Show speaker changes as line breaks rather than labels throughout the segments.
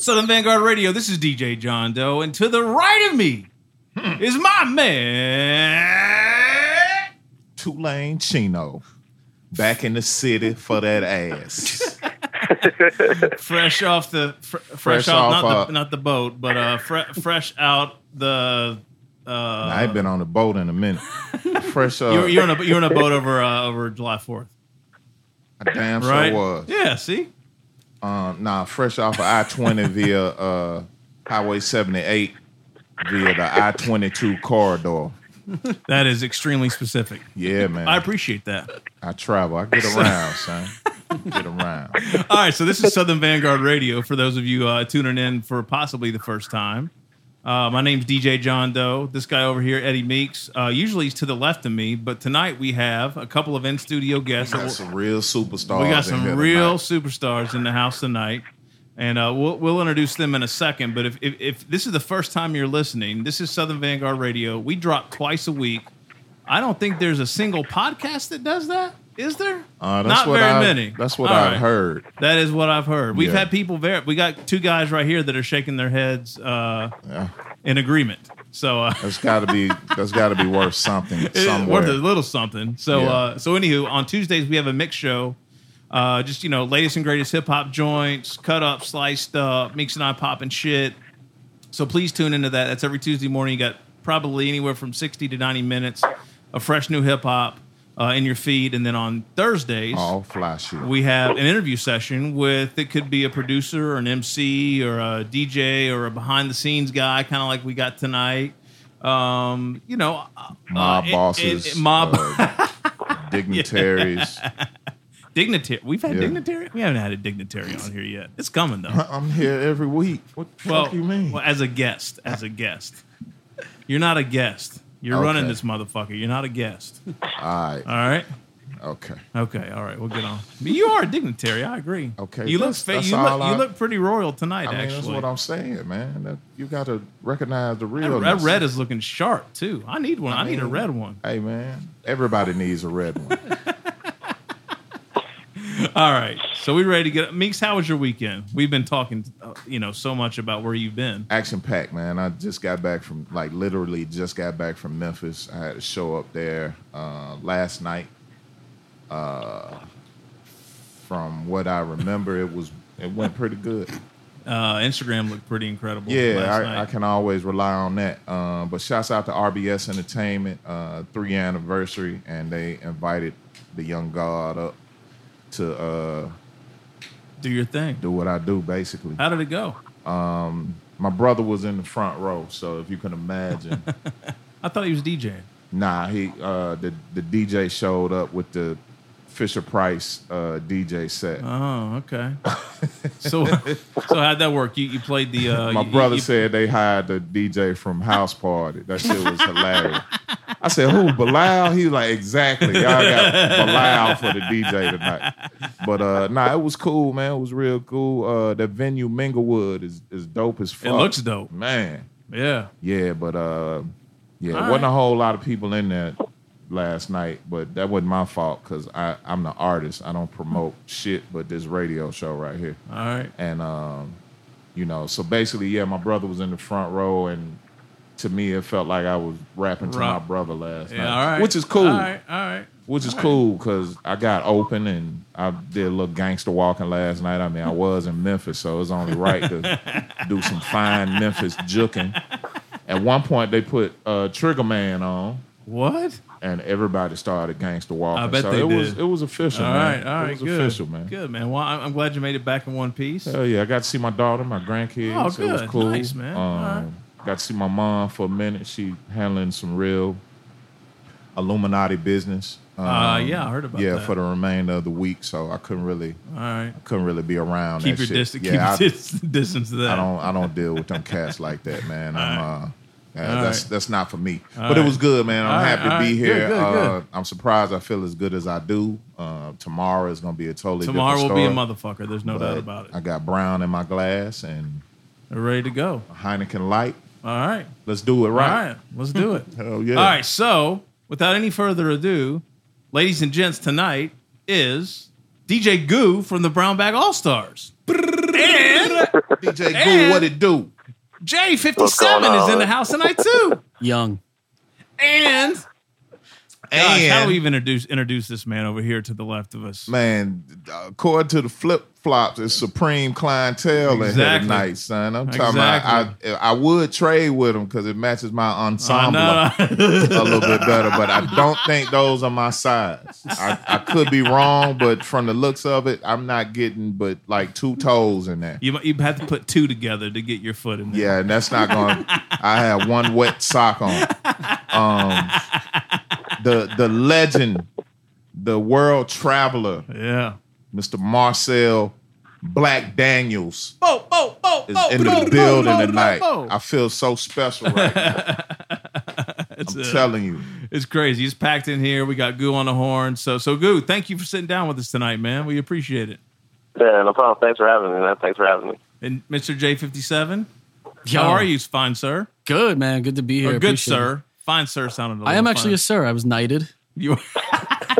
Southern Vanguard Radio. This is DJ John Doe, and to the right of me
Hmm.
is my man.
Tulane Chino back in the city for that ass.
fresh off the fr- fresh,
Fresh
off, not,
off,
the,
uh,
not the boat, but uh, fre- fresh out the. Uh,
I ain't been on a boat in a minute. Fresh up,
you're, you're in a you're in a boat over uh, over July Fourth,
I damn sure
right?
was.
Yeah, see,
Um, nah, fresh off of I twenty via uh, Highway seventy eight via the I twenty two corridor.
that is extremely specific.
Yeah, man.
I
I,
appreciate that.
travel. I get around, son. Get around.
All right, so this is Southern Vanguard Radio for those of you uh, tuning in for possibly the first time. Uh, my name's DJ John Doe. This guy over here, Eddie Meeks. Uh, usually he's to the left of me, but tonight we have a couple of in studio guests.
Got some real superstars.
We got
in here
some real
tonight.
superstars in the house tonight, and uh, we'll we'll introduce them in a second. But if, if if this is the first time you're listening, this is Southern Vanguard Radio. We drop twice a week. I don't think there's a single podcast that does that. Is there?
Uh, that's
Not
what
very
I-
many.
That's what
All
I've
right.
heard.
That is what I've heard. We've
Yeah.
had people ver. We got two guys right here that are shaking their heads uh,
Yeah.
in agreement. So uh,
That's got to be. that's got to be worth something
It is
somewhere.
worth a little something. So,
Yeah.
uh, so anywho, on Tuesdays we have a mix show. Uh, just you know, latest and greatest hip hop joints, cut up, sliced up, Meeks and I popping shit. So please tune into that. That's every Tuesday morning. You got probably anywhere from sixty to ninety minutes of fresh new hip hop uh, in your feed, and then on Thursdays
All fly shit.
we have an interview session with it could be a producer or an MC or a DJ or a behind the scenes guy, kind of like we got tonight. Um, you know, uh,
mob
uh, it-
bosses,
it- it- mob
uh, dignitaries.
dignitary. We've had
Yeah.
dignitary. We haven't had a dignitary on here yet. It's coming though.
I'm here every week. What the
well,
fuck you mean?
well, as a guest, as a guest, you're not a guest. You're
Okay.
running this motherfucker. You're not a guest.
All right,
All right.
okay.
Okay. All right. We'll get on. But you are a dignitary. I agree.
Okay,
You look.
that's-
fa-
that's
you
all
look. You
I-
look pretty royal tonight.
I mean,
actually.
that's what I'm saying, man. That, you got to recognize the
That,
real.
that red is looking sharp too. I need one. I, need a red one.
Hey, man. Everybody needs a red one.
All right. So we ready to get Meeks. How was your weekend? We've been talking, uh, you know, so much about where you've been.
Action packed, man. I just got back from, like, literally just got back from Memphis. I had to show up there uh, last night. Uh, from what I remember, it was it went pretty good.
Uh, Instagram looked pretty incredible.
Yeah,
last
I, I
night.
can always rely on that. Um, but shouts out to RBS Entertainment, uh, three year anniversary, and they invited the young god up to uh,
do your thing.
do what I do, basically.
How did it go?
My brother was in the front row, so if you can imagine,
I thought he was DJing.
nah, he uh, the the DJ showed up with the Fisher Price uh, DJ set.
Oh, okay. so, so how'd that work? You you played the. Uh,
My
you-
brother
you-
said they hired the DJ from House Party. That shit was hilarious. I said, "Who? Bilal?" He was like, "Exactly. Y'all got Bilal for the DJ tonight." But uh, nah, it was cool, man. It was real cool. Uh, the venue Minglewood is is dope as fuck.
looks dope.
man.
Yeah.
Yeah, but uh, yeah,
All
wasn't
right.
a whole lot of people in there last night. But that wasn't my fault because I I'm the artist. I don't promote shit, but this radio show right here
All right.
and um, you know, so basically, yeah, my brother was in the front row, and to me, it felt like I was rapping to
Right.
my brother last
Yeah.
night,
All right.
which is cool,
All right. All right.
which is
all right.
cool because I got open and I did a little gangster walking last night. I mean, I was in Memphis, so it was only right to do some fine Memphis juking. At one point, they put uh, Trigger Man on.
What?
And everybody started gangster walking.
I bet
so
they
it was
did.
it was official,
All
man.
right. All right.
it was
good.
official, man.
Good man. Well, I'm I'm glad you made it back in one piece.
Hell yeah, I got to see my daughter, my grandkids.
Oh,
It was
good.
cool. Um,
Nice, man. All right.
Got to see my mom for a minute. She handling some real Illuminati business. Um,
Uh, yeah, I heard about
yeah,
that.
for the remainder of the week, so I couldn't really
All right.
couldn't really be around.
Keep
that
your
shit.
distance.
Yeah, I-
keep your dis- distance to that.
I don't I don't deal with them cats like that, man. I'm uh yeah, that's
right.
that's not for me.
All
but
right.
it was good, man. I'm
All right,
happy
all
to be
right. Good,
here.
good,
uh,
good.
I'm surprised I feel as good as I do. Uh, tomorrow is gonna be a totally
Tomorrow will
different
be a
story,
motherfucker. There's no doubt
but
about it.
I got brown in my glass and
We're ready to go.
Heineken Light.
All right.
Let's do it
All
right.
right. Let's do it.
Hell yeah.
All right. So, without any further ado, ladies and gents, tonight is DJ Goo from the Brown Bag All Stars. And
DJ Goo,
And-
what it do?
What's going
J57
on?
is in the house tonight, too.
Young.
And, gosh, how do
And-
we even introduce, introduce this man over here to the left of us?
Man, according to the flip flops, it's supreme clientele in here
Exactly.
tonight, son. I'm talking about I, I would trade with them because it matches my
I
ensemble
know.
a little bit better, but I don't think those are my size. I, I could be wrong, but from the looks of it, I'm not getting but like two toes in there.
you, you have to put two together to get your foot in there.
Yeah, and that's not going. I had one wet sock on. Um, the the legend, the world traveler,
Yeah.
Mr. Marcel Black Daniels
Bo, bo, bo,
is
bo, bo,
in the
bo,
building
bo,
tonight.
bo.
I feel so special right now.
It's,
I'm
uh,
telling you.
It's crazy. It's packed in here. We got Goo on the horn. So, so Goo, thank you for sitting down with us tonight, man. We appreciate it.
Yeah, no problem. Thanks for having me, man. Thanks for having me.
And Mr. J57,
Yo.
how are you? Fine, sir.
Good, man. Good to be here.
or good,
Appreciate it.
sir. Fine, sir. Sounded. A
I am
little
actually a
funny.
sir. I was knighted.
you.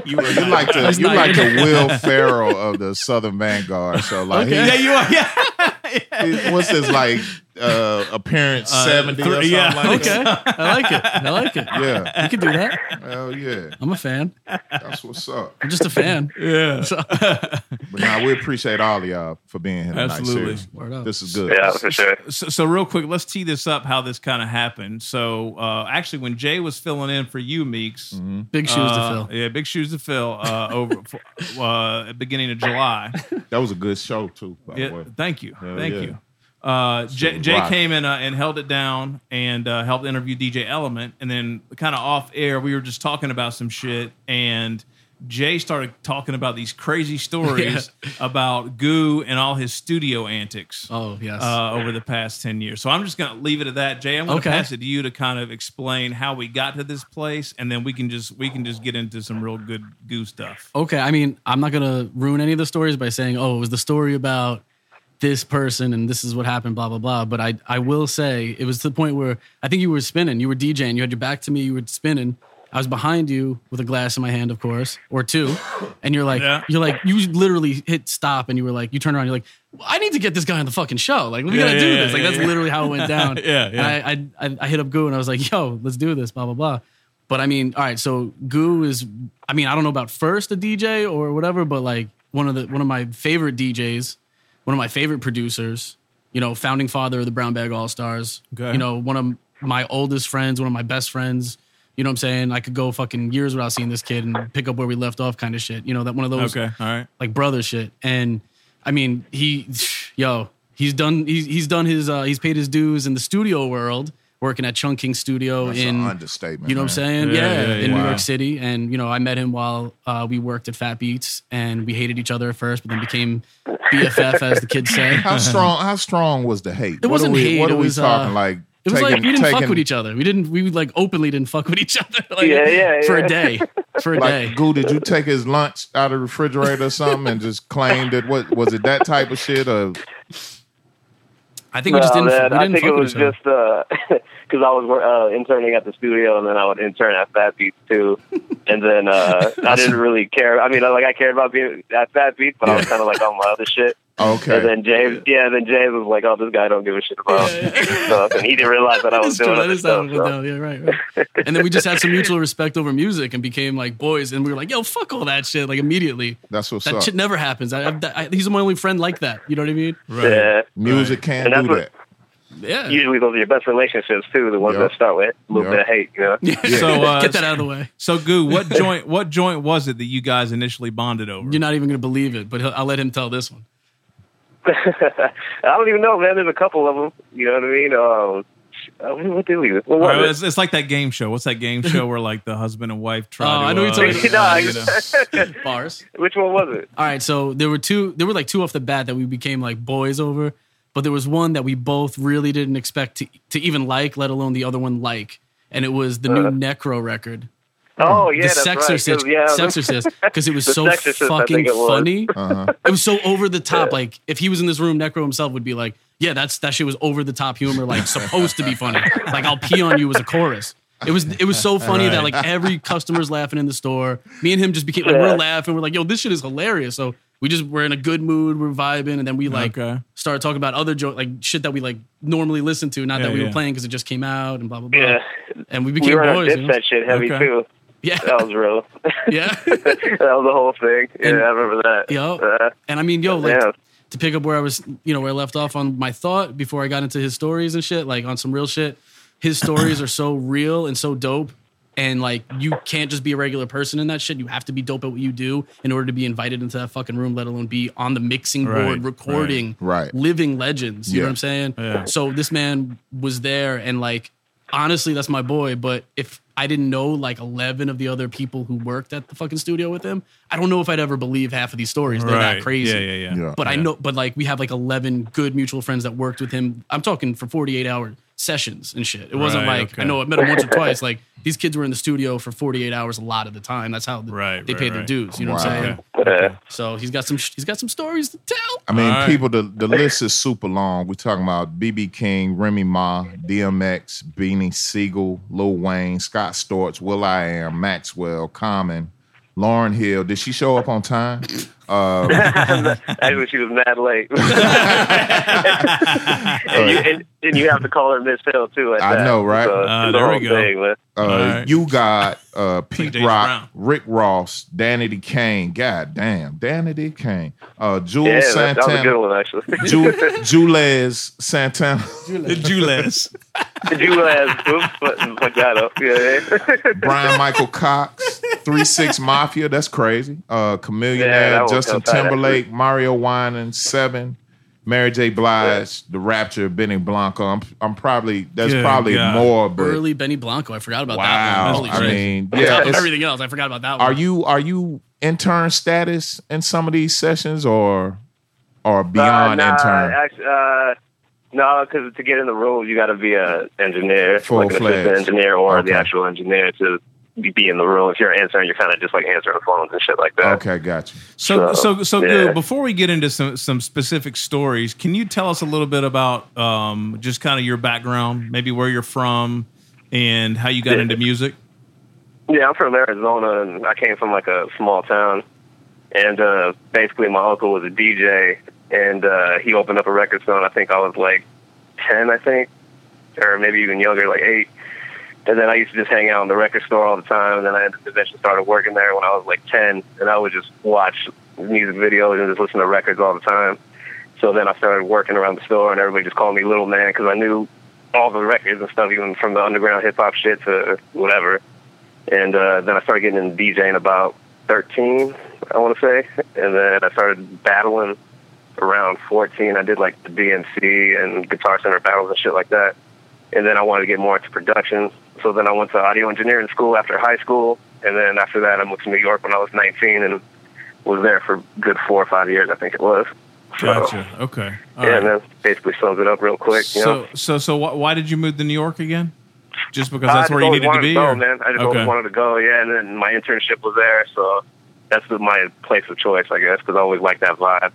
you were
You like the
That's
you
not
like the
it.
Will Ferrell of the Southern Vanguard. So like, he-
yeah, you are. Yeah.
he- what's his like uh, appearance
Uh,
seventy or
three-
something
yeah,
like
Okay. I like it. I like it.
that? Yeah.
You can do that.
Hell yeah.
I'm a fan.
That's what's up.
I'm just a fan.
yeah.
So,
But now we appreciate all of y'all for being here tonight.
Absolutely.
Seriously.
Word up.
This is good.
Yeah, for sure.
So, so real quick, let's tee this up. How this kind of happened. So, uh, actually, when Jay was filling in for you, Meeks,
big Mm-hmm. shoes
uh,
to fill.
Yeah, big shoes to fill. Uh, over for, uh, at beginning of July.
That was a good show too, by the
Yeah,
way.
thank you,
Hell
thank
yeah.
you. Uh, Jay,
Still
Jay
rock.
came in uh, and held it down and uh, helped interview DJ Element. And then, kind of off air, we were just talking about some shit. And Jay started talking about these crazy stories about Goo and all his studio antics
Oh, yes.
uh, over the past 10 years. So I'm just going to leave it at that. Jay, I'm going to
Okay.
pass it to you to kind of explain how we got to this place. And then we can just we can just get into some real good Goo stuff.
okay. I mean, I'm not going to ruin any of the stories by saying, oh, it was the story about this person and this is what happened, blah, blah, blah. But I, I will say it was to the point where I think you were spinning. You were DJing. You had your back to me. You were spinning. I was behind you with a glass in my hand, of course, or two. And you're like,
Yeah.
you're like, you literally hit stop and you were like, you turn around, you're like, I need to get this guy on the fucking show. Like, we
Yeah,
gotta
yeah,
do
yeah,
this. Like,
yeah,
that's
yeah.
literally how it went down.
Yeah, yeah.
And I, I, I hit up Goo and I was like, yo, let's do this, blah, blah, blah. But I mean, all right, so Goo is, I mean, I don't know about first a DJ or whatever, but like one of the, one of my favorite DJs, one of my favorite producers, you know, founding father of the Brown Bag All Stars,
Okay.
you know, one of my oldest friends, one of my best friends. You know what I'm saying? I could go fucking years without seeing this kid and pick up where we left off, kind of shit. You know that one of those
Okay. All right.
like brother shit. And I mean, he, yo, he's done. He's, he's done his. Uh, he's paid his dues in the studio world, working at Chunking Studio
That's
in.
an understatement.
you know what I'm
man.
saying?
Yeah,
Yeah,
yeah,
in
yeah.
New
Wow.
York City, and you know, I met him while uh, we worked at Fat Beats, and we hated each other at first, but then became BFF, as the kids say.
How strong? How strong was the hate? It
wasn't
what are we,
hate,
What
it
are we
was, uh,
talking like?
It was like
taking-
we didn't fuck
taking-
with each other. We didn't. We like openly didn't fuck with each other. Like,
Yeah, yeah,
For
yeah.
a day, for a day.
Like, goo, did you take his lunch out of the refrigerator or something and just claimed it? What was it? That type of shit? Or
I think we just
No,
didn't.
man,
we
I
didn't
think
fuck
it
with
was
each other.
just because I was wor- uh, interning at the studio, and then I would intern at Fat Beats too. And then uh, I didn't really care. I mean, like I cared about being at Fat Beats, but I was kind of like on my other shit.
okay,
And then James, yeah, then James was like, "Oh, this guy don't give a shit about stuff," and he didn't realize that I was
That's true.
doing
That
other
is how
stuff.
it went
So.
down. Yeah, right, right. And then we just had some mutual respect over music and became like boys. And we were like, yo, fuck all that shit. Like immediately.
that's what's
That
up.
shit never happens. I, I, I, he's my only friend like that. You know what I mean?
Right.
Yeah,
Music
And
can't
that's
do
what-
that.
Yeah.
usually those are your best relationships too. The ones
Yeah.
that start with a little
Yeah.
bit of hate. You know?
So, uh,
Get that out of the way.
So, Goo, what joint? What joint was it that you guys initially bonded over?
You're not even going to believe it, but he'll, I'll let him tell this one.
I don't even know, man. There's a couple of them. You know what I mean? Um, I mean, what did we? What
Or
was it?
it's, it's like that game show. What's that game show where like the husband and wife try?
Oh,
to,
I know you're
uh,
talking
about-
you know.
Bars.
Which one was it?
All right, so there were two. There were like two off the bat that we became like boys over, but there was one that we both really didn't expect to to even like, let alone the other one like. And it was the
Uh-huh.
new Necro record,
Oh yeah,
the
that's right. 'cause,
Sexorcist,
Yeah,
Sexorcist, because it was
The
so
Sexorcist, I
fucking
think it was.
funny.
Uh-huh.
It was so over the top. Like if he was in this room, Necro himself would be like, "Yeah, that's that shit was over the top humor. Like supposed to be funny. Like I'll pee on you as a chorus." It was it was so funny that like every customer's laughing in the store. Me and him just became like
Yeah.
we're laughing. We're like, "Yo, this shit is hilarious." So we just were in a good mood, we're vibing, and then we like
Okay.
started talking about other joke like shit that we like normally listen to, not
Yeah,
that we
yeah.
were playing because it just came out and blah blah blah.
Yeah,
And we
we
became
were on our
boys. you know?
Dipset shit heavy
Okay.
too.
Yeah,
That was real.
yeah.
that was the whole thing. Yeah,
And-
I remember that.
Yo.
Uh,
And I mean, yo, like
Yeah.
to pick up where I was, you know, where I left off on my thought before I got into his stories and shit, like on some real shit. His stories are so real and so dope. And like, you can't just be a regular person in that shit. You have to be dope at what you do in order to be invited into that fucking room, let alone be on the mixing board,
Right,
recording,
right, right.
living legends. You
Yeah.
know what I'm saying?
Yeah.
So this man was there, and like, honestly, that's my boy. But if I didn't know like 11 of the other people who worked at the fucking studio with him, I don't know if I'd ever believe half of these stories. They're that crazy.
Yeah, yeah, yeah.
Yeah.
But I
Yeah.
know, but like we have like 11 good mutual friends that worked with him. I'm talking for 48 hour sessions and shit. It wasn't
Right,
like,
okay.
I know I met him once or twice. Like these kids were in the studio for 48 hours a lot of the time. That's how th-
Right,
they
right,
paid their
right.
dues. You know what
Wow.
I'm saying?
Okay.
uh,
So he's got some, sh- he's got some stories to tell.
I mean,
All right.
people, the, the list is super long. We're talking about BB King, Remy Ma, DMX, Beanie Siegel, Lil Wayne, Scott Storch, Will I Am, Maxwell, Common, Lauren Hill. Did she show up on time? Uh,
actually, she was mad late. and,
uh,
you, and, and you have to call her Miss Hill too. At
I
that.
know, right?
So,
Ah,
the
there we
whole
go.
Thing, but
uh,
right.
You got uh, Pete
James
Rock,
Brown.
Rick Ross, Danity Kane. God damn, Danity Kane. Uh, Jules
yeah, that, that was a
Santana.
good one actually.
Ju- Jules Santana,
The Jules.
you ass whoop, but, but got up. Yeah,
Brian Michael Cox, Three Six Mafia. That's crazy. Uh, Chameleon
Yeah, that
Air,
one
Justin
comes out
Timberlake, Mario Winans, Seven, Mary J. Blige, The Rapture, Benny Blanco. I'm, I'm probably that's
Good
probably
God.
more, but
Early Benny Blanco. I forgot about that.
wow.
One. Holy
I
shit.
mean,
On top
yeah.
of
it's-
everything else, I forgot about that one.
Are you are you intern status in some of these sessions or or beyond
uh, nah,
intern?
Actually, uh, no, because to get in the roles, you got to be a engineer,
Full
like an assistant
fledged.
engineer, or
Okay.
the actual engineer to be in the room. If you're an intern, you're kind of just like answering phones and shit like that.
okay, got you.
So so
So,
so,
yeah.
Goo, Before we get into some some specific stories, can you tell us a little bit about um, just kind of your background, maybe where you're from, and how you got
Yeah.
into music?
Yeah, I'm from Arizona, and I came from like a small town. And uh, basically, my uncle was a DJ, and uh, he opened up a record store. And I think I was like ten, I think, or maybe even younger, like eight. And then I used to just hang out in the record store all the time. And then I eventually started working there when I was like ten, and I would just watch music videos and just listen to records all the time. So then I started working around the store, and everybody just called me Little Man because I knew all the records and stuff, even from the underground hip hop shit to whatever. And uh, then I started getting into DJing about 13, I want to say. And then I started battling around 14. I did like the BMC and Guitar Center battles and shit like that. And then I wanted to get more into production. So then I went to audio engineering school after high school. And then after that, I moved to New York when I was 19 and was there for good four or five years, I think it was. So,
Gotcha. Okay. All
yeah,
right.
and that basically sums it up real quick. you know?
So so so wh- why did you move to New York again? Just because that's
I
where
just
you
always
needed to
wanted
be?
go,
or-
man. I just always
Okay.
wanted to go. Yeah, and then my internship was there, so that's the- my place of choice, I guess, because I always like that vibe,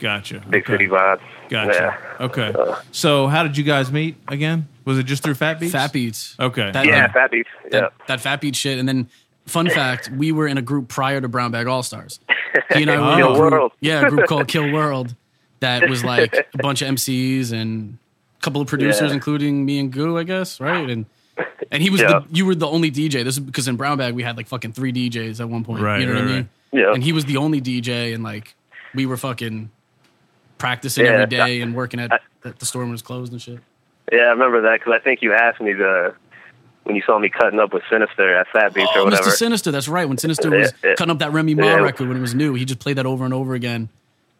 Gotcha.
big
okay.
city vibe.
Gotcha.
Yeah.
Okay. So how did you guys meet again? Was it just through Fat Beats?
Fat beats.
Okay.
That-
Yeah,
like,
fat beats. Yeah.
that, that fat beat shit. And then, fun fact, we were in a group prior to Brown Bag All Stars. He and I were in a
Kill
group-
World.
yeah, a group called Kill World that was like a bunch of MCs and a couple of producers,
Yeah.
including me and Goo, I guess, right? And and he was
Yeah.
the, you were the only DJ. This is because in Brown Bag we had like fucking three DJs at one point.
Right,
you know what
right,
I
right.
mean?
Yeah.
And he was the only DJ, and like we were fucking practicing
Yeah,
every
I-
day and working at, at the store when it was closed and shit.
Yeah, I remember that because I think you asked me the when you saw me cutting up with Sinister at Fat Beats or
Oh,
whatever.
Mr. Sinister, that's right. When Sinister was
Yeah, yeah.
cutting up that Remy Ma
Yeah.
record when it was new, he just played that over and over again.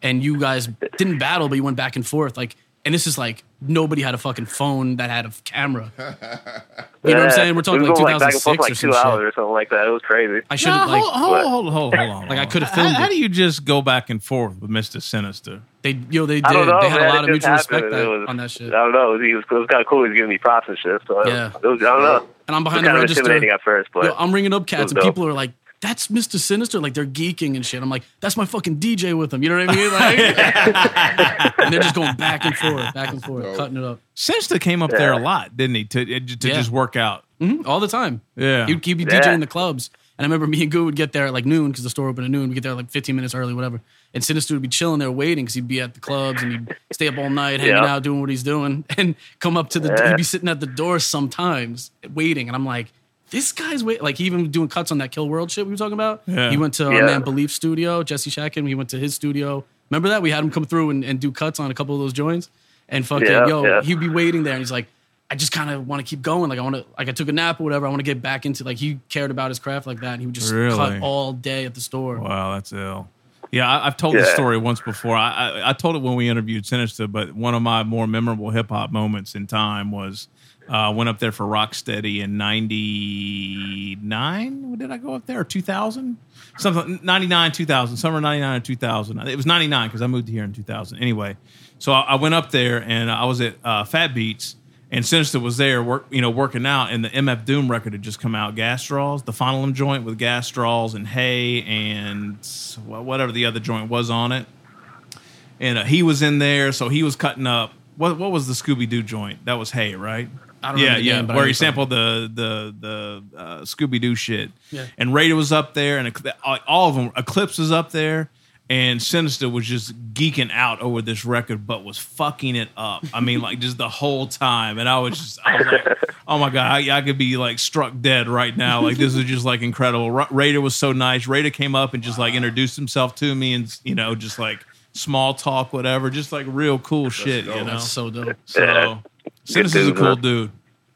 And you guys didn't battle, but you went back and forth. Like, and this is like nobody had a fucking phone that had a f- camera. You know what
Yeah.
I'm saying? We're talking
we
like
were going, back and
2006
forth
or
like
some
two hours
shit.
or something like that. It was crazy.
I should
No,
have like
hold, hold, hold, hold, hold on.
Like, I coulda filmed
How, how
it.
do you just go back and forth with Mr. Sinister?
they yo they did.
I don't know.
they had
man.
a lot of
it just
mutual
happened.
respect
and
that,
it was,
on that shit.
I don't know. He was, it was kind of cool. He was giving me props and shit. So
Yeah.
it was, I don't know.
And I'm
It was
behind the
kind of
register.
intimidating at first, but
Yo, I'm ringing up cats,
was
and
dope.
people are like, "That's Mr. Sinister." Like they're geeking and shit. I'm like, "That's my fucking DJ with him." You know what I mean? Like, and they're just going back and forth, back and forth, cutting it up
Sinister came up there a
Yeah.
lot, didn't he? To, to
Yeah.
just work out.
Mhm, all the time.
Yeah.
He'd, he'd be
Yeah.
DJing the clubs. And I remember me and Goo would get there at like noon because the store opened at noon. We get there like 15 minutes early, whatever. And Sinister would be chilling there waiting because he'd be at the clubs and he'd stay up all night hanging
Yeah.
out doing what he's doing and come up to the
Yeah.
he'd be sitting at the door sometimes waiting and I'm like this guy's wait like he even doing cuts on that Kill World shit we were talking about.
Yeah.
He went to our
Yeah.
man Belief studio Jesse Shacken he went to his studio. Remember that we had him come through and, and do cuts on a couple of those joints and fucking
Yeah,
yo
yeah.
he'd be waiting there and he's like I just kind of want to keep going like I want to like I took a nap or whatever I want to get back into like he cared about his craft like that and he would just
Really?
cut all day at the store.
Wow, that's ill. Yeah, I, I've told this
Yeah.
story once before. I, I I told it when we interviewed Sinister, but one of my more memorable hip hop moments in time was uh, I went up there for Rocksteady in '99. When did I go up there? 2000, something '99, 2000, summer '99 or 2000. It was '99 because I moved here in 2000. Anyway, so I, I went up there and I was at uh, Fat Beats. And Sinister was there, work, you know, working out, and the MF Doom record had just come out, Gas Straws, the Fonolum joint with Gas Straws and Hay and s- wha- whatever the other joint was on it. And uh, he was in there, so he was cutting up. What what was the Scooby Doo joint? That was Hay, right?
I don't
yeah,
remember the
yeah,
name, but I
where he
remember.
sampled the the the uh, Scooby Doo shit.
Yeah.
And Raider was up there, and Ecl- uh, all of them. Eclipse was up there, and Sinister was just geeking out over this record, but was fucking it up. I mean, like just the whole time. And I was just, I was like, oh my god, I, I could be like struck dead right now. Like this is just like incredible. Ra- Raider was so nice. Raider came up and just like introduced himself to me, and you know, just like small talk, whatever, just like real cool shit. You
dope.
know,
That's so dope.
so
Yeah.
Sinister's a
dude,
cool
huh?
dude.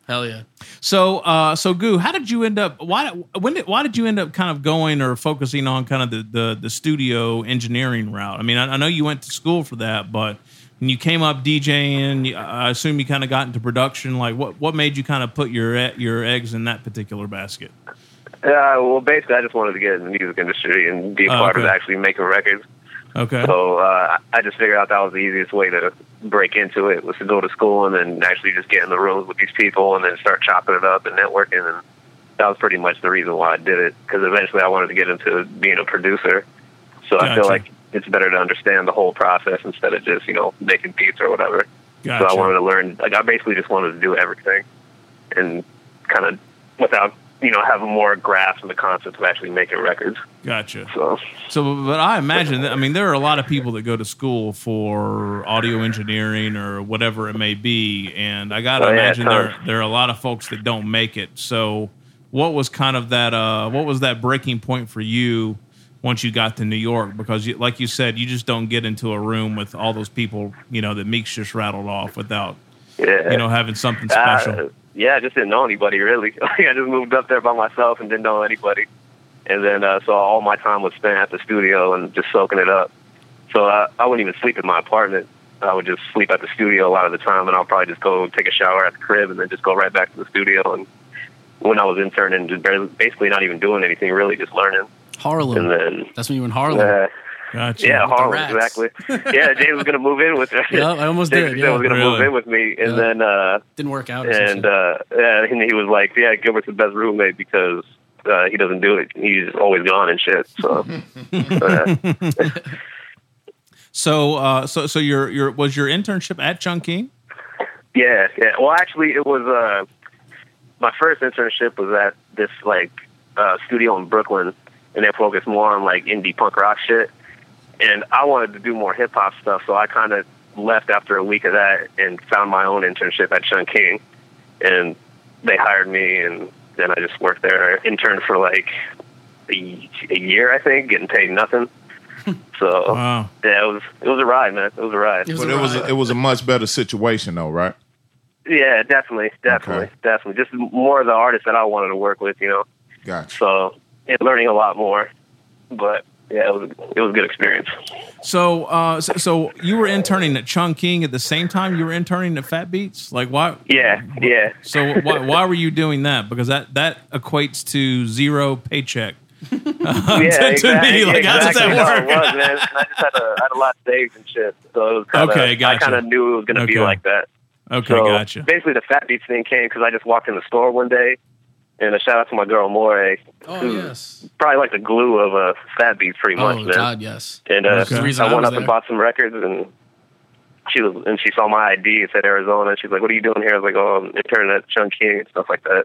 Hell yeah.
So, uh, so Goo, how did you end up? Why, when did, why did you end up kind of going or focusing on kind of the, the, the studio engineering route? I mean, I, I know you went to school for that, but when you came up DJing, you- I assume you kind of got into production. Like, what, what made you kind of put your e- your eggs in that particular basket?
Yeah, well, basically, I just wanted to get in the music industry and be a
Oh,
part of
okay.
actually making records.
Okay,
So uh, I just figured out that was the easiest way to break into it was to go to school and then actually just get in the rooms with these people and then start chopping it up and networking. And that was pretty much the reason why I did it because eventually I wanted to get into being a producer. So I feel
Gotcha.
like it's better to understand the whole process instead of just you know making beats or whatever.
gotcha.
So I wanted to learn. Like I basically just wanted to do everything, and kind of without you know having more grasp of the concept of actually making records.
gotcha.
So
So, but I imagine that, I mean, there are a lot of people that go to school for audio engineering or whatever it may be. And I got to
Oh, yeah,
imagine there,
tons.
there are a lot of folks that don't make it. So, what was kind of that, uh, what was that breaking point for you once you got to New York? Because, you, like you said, you just don't get into a room with all those people, you know, that Meeks just rattled off without,
yeah,
you know, having something
Uh,
special.
yeah, I just didn't know anybody really. Like, I just moved up there by myself and didn't know anybody. And then uh, so all my time was spent at the studio and just soaking it up. So I, I wouldn't even sleep in my apartment. I would just sleep at the studio a lot of the time, and I'll probably just go take a shower at the crib and then just go right back to the studio. And when I was interning, just barely, basically not even doing anything really, just learning. And uh,
Harlem.
then
That's when you were in Harlem.
uh,
Gotcha.
yeah,
Oh. with the
Harlem
rats.
exactly. yeah, Jay was gonna move in with.
Yeah, I almost
Jay
did.
was
Yeah.
gonna move
Really?
in with me, and
Yeah.
then. uh
Didn't work out. Or and
and uh, yeah, and he was like, "Yeah, Gilbert's the best roommate because uh, he doesn't do it. He's always gone and shit." So, uh,
So, uh, so, so your, your, was your internship at Chungking?
yeah, yeah. Well, actually, it was uh, my first internship was at this like uh, studio in Brooklyn, and they focused more on like indie punk rock shit. And I wanted to do more hip hop stuff, so I kind of left after a week of that and found my own internship at Chungking, and they hired me, and then I just worked there, interned for like a, a year, I think, getting paid nothing. So
Wow.
yeah, it was it was a ride, man. It was a ride.
It was
But it was it was a much better situation though, right?
Yeah, definitely, definitely,
Okay.
definitely. Just more of the artists that I wanted to work with, you know.
Gotcha.
So and learning a lot more. But yeah, it was it was a good experience.
So, uh, so, so you were interning at Chungking at the same time you were interning at Fat Beats. Like, why?
Yeah, yeah.
So, why, why were you doing that? Because that that equates to zero paycheck.
yeah,
to me, like, how does that
That's how
work?
It was, man. And I just had a, I had a lot saved and shit, so it was kinda,
Okay,
I
gotcha.
kind of knew it was going to be
Okay.
like that.
Okay,
so
gotcha.
basically, the fat beats thing came because I just walked in the store one day, and a shout out to my girl More,
oh
who's
yes.
probably like the glue of a uh, fat beats, pretty much,
Oh
man.
God, yes.
And uh,
That's the
reason
I
I
went
was
up and
there.
bought some records, and she was, and she saw my ID. It said Arizona. And she's like, "What are you doing here?" I was like, "Oh, I'm interning at Chungking and stuff like that."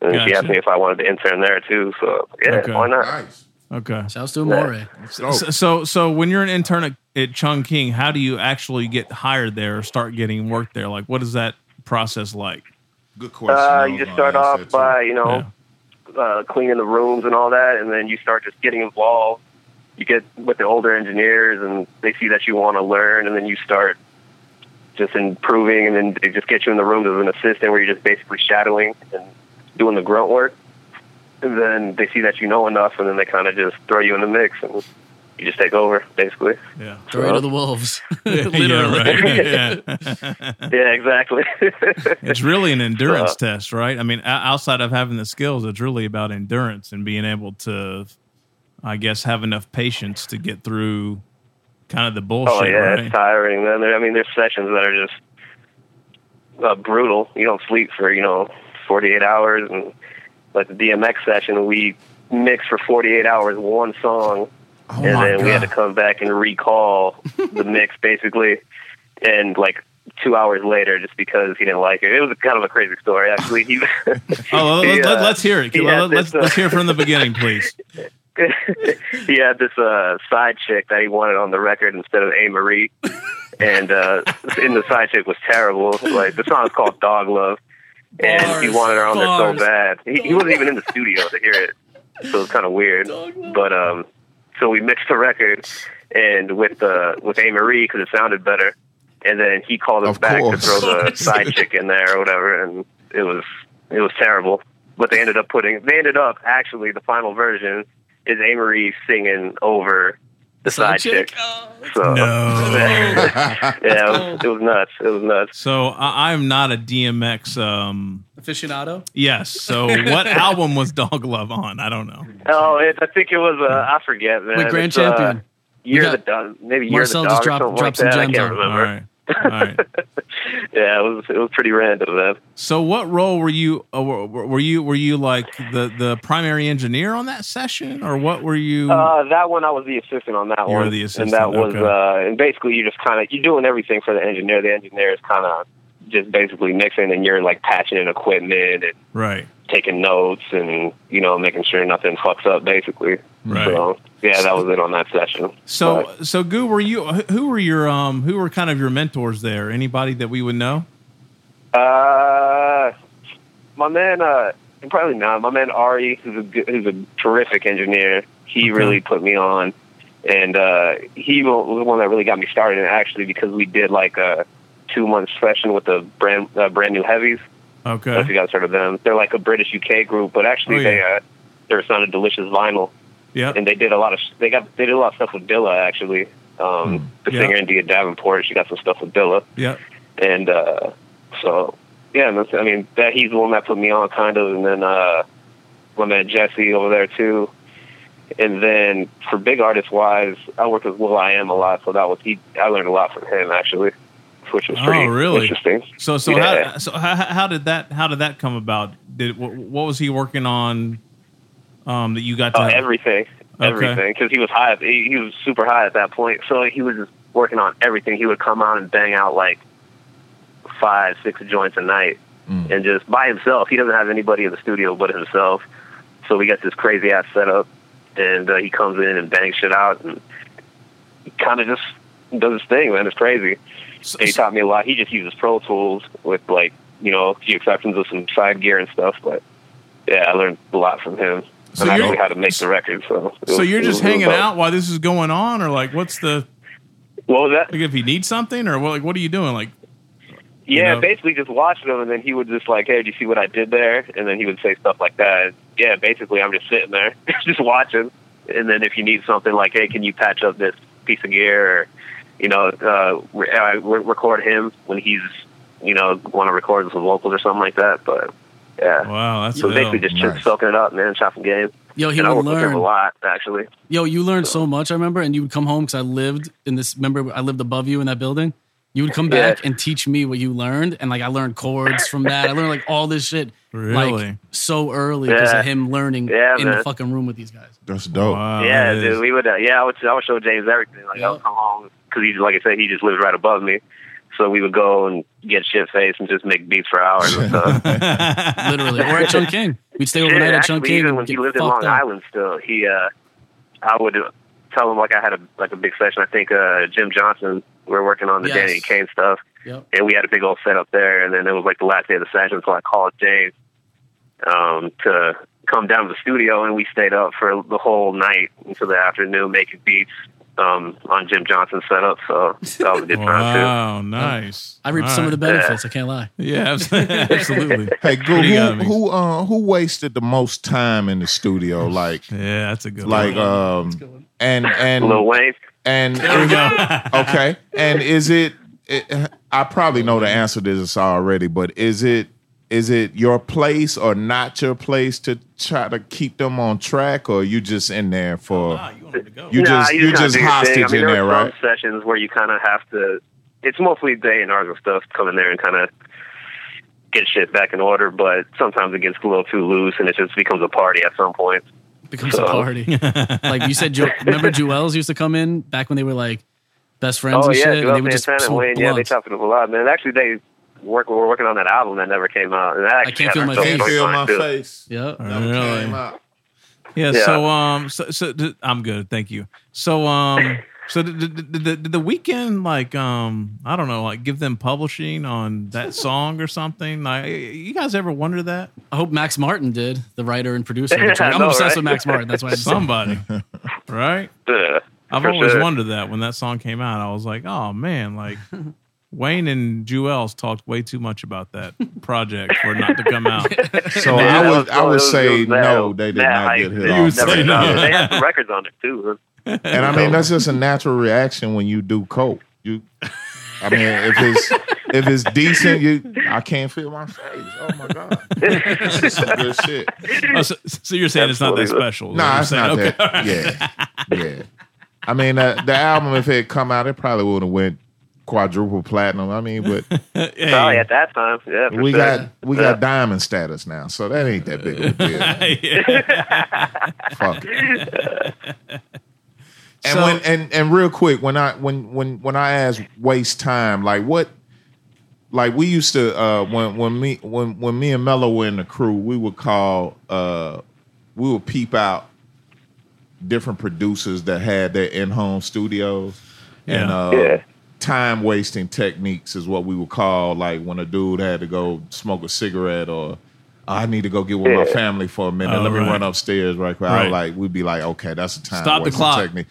And she
Gotcha.
asked me if I wanted to intern there too. So yeah,
Okay.
why not?
Nice.
Okay.
Shouts to Amore.
So,
So, so, so when you're an intern at, at Chongqing, how do you actually get hired there or start getting work there? Like, what is that process like?
good question. I
Uh,
was
you just
gonna
start
ask
off
that, too.
by, you know, uh, cleaning the rooms and all that, and then you start just getting involved. You get with the older engineers, and they see that you want to learn, and then you start just improving, and then they just get you in the rooms as an assistant where you're just basically shadowing and doing the grunt work. And then they see that you know enough, and then they kind of just throw you in the mix, and you just take over, basically.
Yeah.
Throw you to the wolves. Literally.
Yeah, right. Yeah.
Yeah, exactly.
it's really an endurance
Uh,
test, right? I mean, o- outside of having the skills, it's really about endurance and being able to, I guess, have enough patience to get through kind of the bullshit.
Oh yeah,
right?
it's tiring. Then there- I mean, there's sessions that are just uh, brutal. You don't sleep for you know 48 hours, and like the DMX session, we mixed for 48 hours one song,
oh
and
my
then
god,
we had to come back and recall the mix basically, and like. Two hours later, just because he didn't like it, it was kind of a crazy story. Actually, he
oh,
he,
let,
uh,
us hear it.
he had
Let, us
this, uh,
let's hear from the beginning, please.
he had this uh, side chick that he wanted on the record instead of A Marie, and uh, in the side chick was terrible. Like the song is called Dog Love, and he
Bars,
wanted her on
bars.
there so bad. He, he wasn't even in the studio to hear it, so it was kind of weird.
Dog love.
But um, so we mixed the record and with uh, with A Marie because it sounded better, and then he called us
Of
back
course.
to throw the
Of course.
side chick in there or whatever, and it was it was terrible. But they ended up putting they ended up actually the final version is A Marie singing over the side, chick.
Oh.
No.
So yeah, it was, it was nuts. It was nuts.
So I, I'm not a DMX. Um,
Aficionado.
yes. So what album was Dog Love on? I don't know.
Oh, it, I think it was uh, I forget man.
Wait, grand
It's, uh,
champion.
Year of
We
the dog, maybe year
Marcel
of the dog
just dropped-
or something
dropped some
like that. I
gems
can't
on.
All
remember.
right. All right.
Yeah, it was it was pretty random, man.
So what role were you uh, were, were you were you like the the primary engineer on that session or what were you
Uh, that one, I was the assistant on that
Mm. You were
one.
the assistant,
And that was,
okay.
uh, and basically, you just kind of you're doing everything for the engineer. The engineer is kind of just basically mixing, and you're like patching in equipment and
right
taking notes, and you know making sure nothing fucks up, basically.
Right.
So yeah, that was it on that session.
So so Goo, were you who were your um who were kind of your mentors there? Anybody that we would know?
But, uh, my man, uh, and probably not. My man Ari, who's a good, who's a terrific engineer. He really put me on, and uh, he wa- was the one that really got me started. Actually, because we did like a two month session with the brand uh, brand new heavies. I don't know if
Okay.
you guys heard of them. They're like a British UK group, but actually
Oh, yeah.
they uh, they're a son of Delicious Vinyl,
Yep.
and they did a lot of they got they did a lot of stuff with Dilla actually. Um, The
Hmm. Yeah.
singer India Davenport, she got some stuff with Dilla
Yep.
and uh so yeah that's, i mean that he's the one that put me on kind of and then uh my man jesse over there too and then for big artist wise i worked with will i am a lot so that was he i learned a lot from him actually which was
Oh,
pretty
really?
interesting
So so
Yeah.
how so how, how did that how did that come about? Did what, what was he working on um that you got to
Oh, everything,
Okay.
everything. Because he was high, up- he, he was super high at that point. So he was just working on everything. He would come out and bang out like five, six joints a night,
Mm.
and just by himself. He doesn't have anybody in the studio but himself. So we got this crazy ass setup, and uh, he comes in and bangs shit out, and kind of just does his thing, man. It's crazy.
so,
And he taught me a lot. He just uses Pro Tools with like you know a few exceptions of some side gear and stuff, but. Yeah, I learned a lot from him.
So
and I
you're-
knew how to make the record. So, it
so
was-
you're
it
just
was
hanging
dope.
out while this is going on or like what's the
What was that?
like if you need something or what like what are you doing like
Yeah,
know?
basically just watching him, and then he would just like, "Hey, do you see what I did there?" And then he would say stuff like that. Yeah, basically, I'm just sitting there, just watching. And then if you need something like, "Hey, can you patch up this piece of gear?" or you know, uh, re- I re- record him when he's you know want to record some vocals or something like that. But yeah,
wow that's
so
ill.
basically just
nice.
soaking it up, man, chopping game.
Yo, he
and I
would
worked with him a
learn.
lot actually.
Yo, you learned so much. I remember, and you would come home because I lived in this. Remember, I lived above you in that building. You would come
Yeah.
back and teach me what you learned, and like I learned chords from that. I learned like all this shit like
Really?
so early because
Yeah.
of him learning
Yeah,
in the
man.
fucking room with these guys.
That's dope.
Wow,
yeah,
that is-
dude, we would. Uh, yeah, I would. I would show James everything. Like I
Oh, Yeah.
would come home because he, like I said, he just lived right above me. So we would go and get shit faced and just make beats for hours and stuff.
Literally, or at Chungking, we'd stay overnight
Shit,
at Chungking.
actually, even
and
when he
get
lived in
fucked
Long
up.
Island, still he uh, I would tell them like I had a like a big session. I think uh, Jim Johnson we were working on the
Yes.
Danny Kane stuff,
Yep.
and we had a big old setup there. And then it was like the last day of the session, so I called Dave um, to come down to the studio, and we stayed up for the whole night until the afternoon making beats um, on Jim Johnson's setup. So that was a good time
Wow, nice.
I reaped
All
some of the
right.
benefits. I can't lie.
Yeah, abs- absolutely.
Hey, Goo,
What do you got,
who
Mix?
who, uh, who wasted the most time in the studio? Like
Yeah, that's a good
like
one.
um and and
too. Lil Wayne,
and
There we go.
okay and is it, it i probably know the answer to this already but is it is it your place or not your place to try to keep them on track or you just in there for
Ah, you wanted to go.
You just-
kinda
just
do your thing.
hostage
I mean,
in
there,
there,
are
right?
some Sessions where you kind of have to. It's mostly day and hours and stuff. Come in there and kind of get shit back in order, but sometimes it gets a little too loose, and it just becomes a party at some point.
becomes a
So-
party. like you said, jo- remember Jewels used to come in back when they were like best friends
oh
and
yeah,
shit, and
Joel
they would just
Santana and
smoke
Wayne, yeah, they
blunts.
chopped it up a lot, man. Actually, they work. We're working on that album that never came out, and that actually
Can't Feel
had
My Face.
ourselves on
feel
time,
my
too.
face
Yep.
Really?
out.
Yeah,
Yeah.
So um, so, so d- I'm good, thank you. So um, so did, did, did, did the weekend like um, I don't know, like give them publishing on that song or something? Like, you guys ever wonder that?
I hope Max Martin did, the writer and producer.
Yeah, I
I'm
know,
obsessed
right?
with Max Martin. That's why I just
Somebody, right?
Yeah,
I've
for
always
sure.
wondered that when that song came out, I was like, oh man, like Wayne and Jewels talked way too much about that project for it not to come out.
so
Man,
i
that
would
was-
i
it
would
was- it
say
was that-
no they did
that
not
hype.
get hit
They
You
off
would
that.
never
say
came
no.
out. They had some records on it too.
and i mean that's just a natural reaction when you do coke you i mean if it's if it's decent you i can't feel my face oh my god this is some good shit
Oh, so, so you're saying it's not
Absolutely.
that special? is
No,
what you're
it's
saying.
not
Okay.
that. Yeah, yeah. I mean, uh, the album if it had come out, it probably would have went quadruple platinum. I mean, but
Hey.
Probably at that time. Yeah, for
we
sure.
got we
Yeah.
got diamond status now, so that ain't that big of a deal.
Yeah.
Fuck it. And
So-
when and and real quick, when I when when when I ask waste time, like what. Like we used to uh, when when me when when me and Mello were in the crew, we would call uh, we would peep out different producers that had their in-home studios and
Yeah.
uh,
Yeah.
time wasting techniques is what we would call like when a dude had to go smoke a cigarette or I need to go get with my
Yeah.
family for a minute.
Oh,
Let me
right.
run upstairs right quick. I
Right.
was like we'd be like, okay, that's a time
Stop the
wasting
clock.
technique.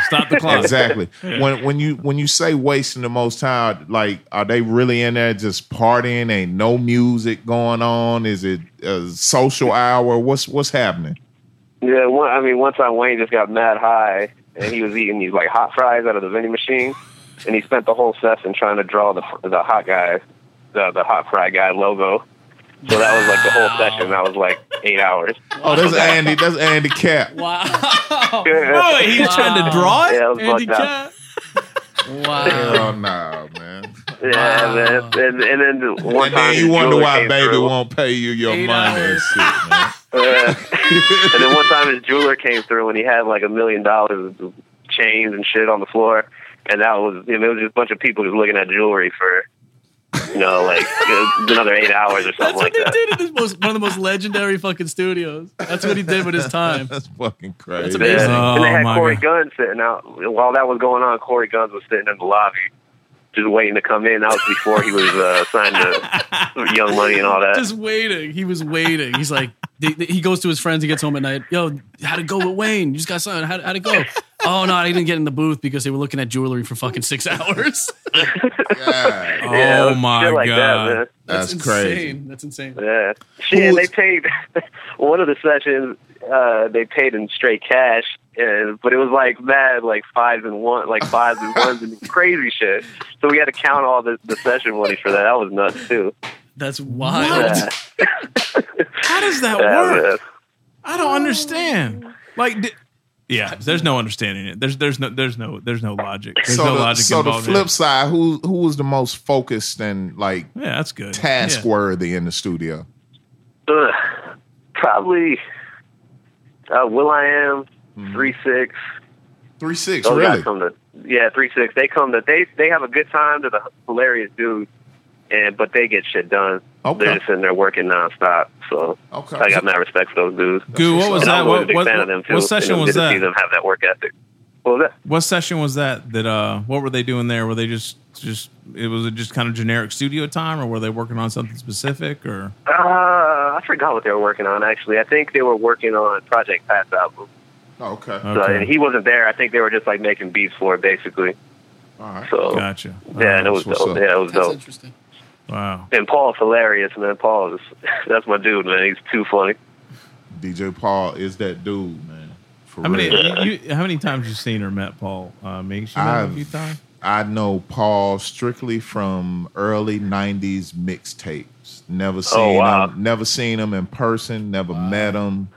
Stop the clock.
exactly. When when you when you say wasting the most time, like are they really in there just partying? Ain't no music going on? Is it a social hour? What's what's happening?
Yeah, one, I mean, one time Wayne just got mad high, and he was eating these like hot fries out of the vending machine, and he spent the whole session trying to draw the the hot guy, the the hot fry guy logo. So that was like the whole session. That was like eight hours.
Oh, that's Andy. That's Andy Cap.
Wow.
Oh, wait, he's trying to draw it.
Yeah, it was
Andy
fucked up.
Cat?
Wow.
Hell no, man.
yeah, man. And, and then the one
And then
time
you wonder
jeweler
why
came
baby
through.
won't pay you your
Eight
money and
hours.
shit, man.
Yeah. and then one time his jeweler came through and he had like a million dollars of chains and shit on the floor, and that was I mean, it was just a bunch of people just looking at jewelry for. You know, like it was another eight hours or
That's
something
what
like
they
that.
did in this most, one of the most legendary fucking studios. That's what he did with his time.
That's fucking
That's
crazy.
amazing.
Yeah.
and they
Oh,
had
my
Corey
God.
Gunn sitting out while that was going on. Corey Guns was sitting in the lobby, just waiting to come in. That was before he was uh, signed to Young Money and all that.
Just waiting. He was waiting. He's like, they, they- he goes to his friends. He gets home at night. Yo, how'd it go with Wayne? You just got signed. How, how'd it go? Oh, no, I didn't get in the booth because they were looking at jewelry for fucking six hours.
God,
yeah, it
Oh
was
my
shit like
God.
That, man.
that's
insane.
crazy.
That's insane.
Yeah. Shit,
Who
they
was-
paid one of the sessions. Uh, they paid in straight cash, and, but it was like mad, like fives and one, like fives and ones, and crazy shit. So we had to count all the, the session money for that. That was nuts too.
That's wild.
What?
Yeah.
How does that
Yeah,
work?
man.
I don't understand. Like, di- yeah, there's no understanding it. There's there's no there's no there's no logic. There's
So
no
the,
logic
so the
involved. in it.
flip side, who who was the most focused and like
yeah, that's good.
task
yeah.
worthy in the studio?
Ugh. probably uh, Will I Am,
Mm-hmm.
Three Six.
Three six,
Those
really?
guys come to yeah, Three Six. They come to they they have a good time to the hilarious dude. and but they get shit done.
Okay.
They're just sitting there working nonstop. So
Okay.
I got mad respect for those dudes.
Goo, what was
And
that?
I'm always a
What,
big
what,
fan of them
what,
too.
what session
you know,
was
good To see
that?
them have that work ethic. What was that?
What session was that? That uh, what were they doing there? Were they just just it was it just kind of generic studio time, or were they working on something specific? Or
Uh, I forgot what they were working on. Actually, I think they were working on Project Pat's album.
Oh, okay.
Okay.
So, and he wasn't there. I think they were just like making beats for it, basically.
All right.
So
gotcha.
yeah, and it
Wow.
was
That's what's
dope.
up.
Yeah, it was
That's
dope.
interesting.
wow.
And Paul's hilarious, man. Paul is that's my dude, man. He's too funny.
DJ Paul is that dude, man. For
How many
real.
you, you- how many times you seen or met Paul? Uh, Meeks? You met him a
I've-
few times.
I know Paul strictly from early '90s mixtapes. Never seen
wow.
him. Never seen him in person. Never met him.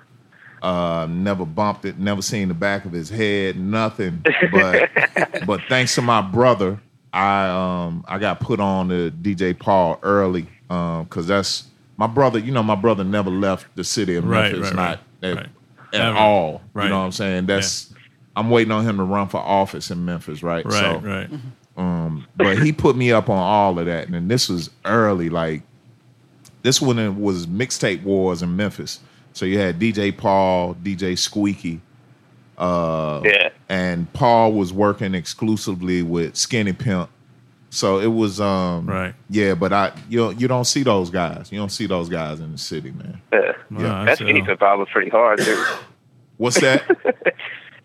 Uh, never bumped it. Never seen the back of his head. Nothing. But but thanks to my brother, I um I got put on to DJ Paul early. Um, cause that's my brother. You know, my brother never left the city of
Right,
Memphis.
right,
not
right,
at,
right.
at
Ever.
all.
Right.
You know what I'm saying? That's I'm waiting on him to run for office in Memphis, right?
Right,
so,
right.
um, but he put me up on all of that, and this was early. Like this one it was mixtape wars in Memphis. So you had DJ Paul, DJ Squeaky, uh,
Yeah.
and Paul was working exclusively with Skinny Pimp. So it was um,
Right.
Yeah, but I you you don't see those guys. You don't see those guys in the city, man.
Yeah.
Wow,
That
so-
oh.
skinny pimp album's pretty hard too.
What's that?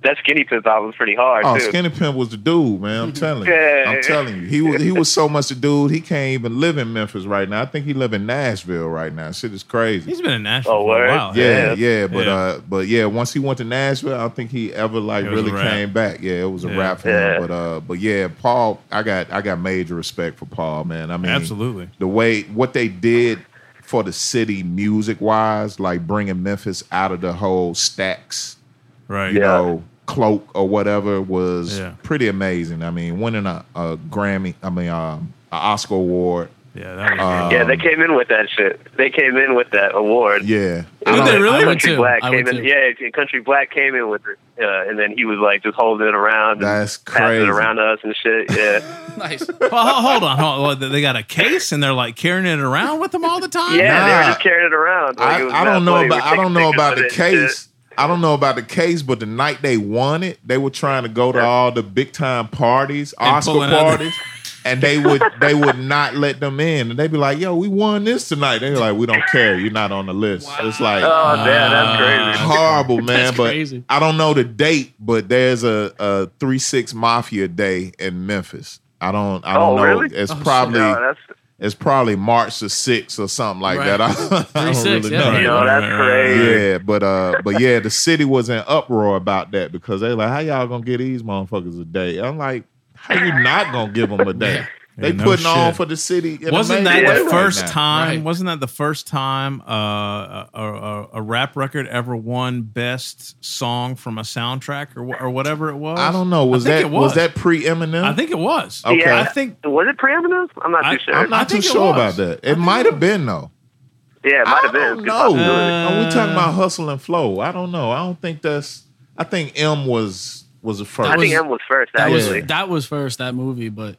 that skinny pimp album's pretty hard
Oh,
too.
Skinny Pimp was the dude, man. I'm telling you.
Mm-hmm. Yeah.
I'm telling you. He was he was so much the dude. He can't even live in Memphis right now. I think he live in Nashville right now. Shit is crazy.
He's been in Nashville for
Oh,
a
word?
while.
yeah, yeah,
yeah.
but
Yeah.
uh, but yeah, once he went to Nashville, I don't think he ever like
It was a
really
wrap.
came back. Yeah, it was a
Yeah.
wrap for
Yeah.
him. But uh, but yeah, Paul, I got I got major respect for Paul, man. I mean,
Absolutely.
the way what they did for the city music wise, like bringing Memphis out of the whole stacks
Right.
you
Yeah.
know cloak or whatever was
Yeah.
pretty amazing. I mean, winning a, a Grammy, I mean, um, an Oscar award.
Yeah. That was
Uh,
yeah, they came in with that shit. They came in with that award.
Yeah,
I
Did
don't
they
know,
really? I would
Country
too.
Black
I
came
would
in.
too.
Yeah, Country Black came in with it, uh, and then he was like just holding it around.
That's
and passing
crazy.
it around to us and shit. Yeah,
Nice.
Well, ho- hold on, hold on. What, They got a case and they're like carrying it around with them all the time.
yeah, they
Nah.
were just carrying it around. Like,
I,
it was
I
mad
don't know
funny. We
about I
were
don't know
taking
about the
pictures of it and shit.
case. I don't know about the case, but the night they won it, they were trying to go to all the big time parties,
And
Oscar
pulling out the-
parties, and they would they would not let them in, and they'd be like, "Yo, we won this tonight." They're like, "We don't care. You're not on the list." It's like,
Oh damn, that's
Uh,
crazy.
horrible, man. But
crazy.
I don't know the date, but there's a, a three six mafia day in Memphis. I don't I don't
Oh,
know.
really?
It's
Oh, shit.
probably
No, that's
it's probably March the sixth or something like
Right.
that. I, I don't
3/6,
really
yeah.
know.
Right,
No,
right,
that's
right, right,
crazy.
right.
Yeah, but uh, but yeah, the city was in uproar about that because they like, how y'all gonna get these motherfuckers a day? I'm like, how you not gonna give them a day? They
Yeah, no
putting on
shit.
for the city. in a
Wasn't
major
that
way
the
right
first
now.
time?
Right.
Wasn't that the first time uh, a, a, a rap record ever won best song from a soundtrack or wh- or whatever it was?
I don't know. Was
I
that
think
was.
it was.
that pre Eminem?
I think it was.
Okay.
Yeah,
I think
was it preeminence? I'm not
I-
too sure.
I'm
I
not too
think it
sure
was.
about that. It might have been though.
yeah, it might have been.
I don't
It's a good
know.
possibility.
Are we talking
Uh,
about hustle and flow? I don't know. I don't think that's. I think M was was the first.
I think
was-
M was first.
That was
Actually,
that was first that movie, but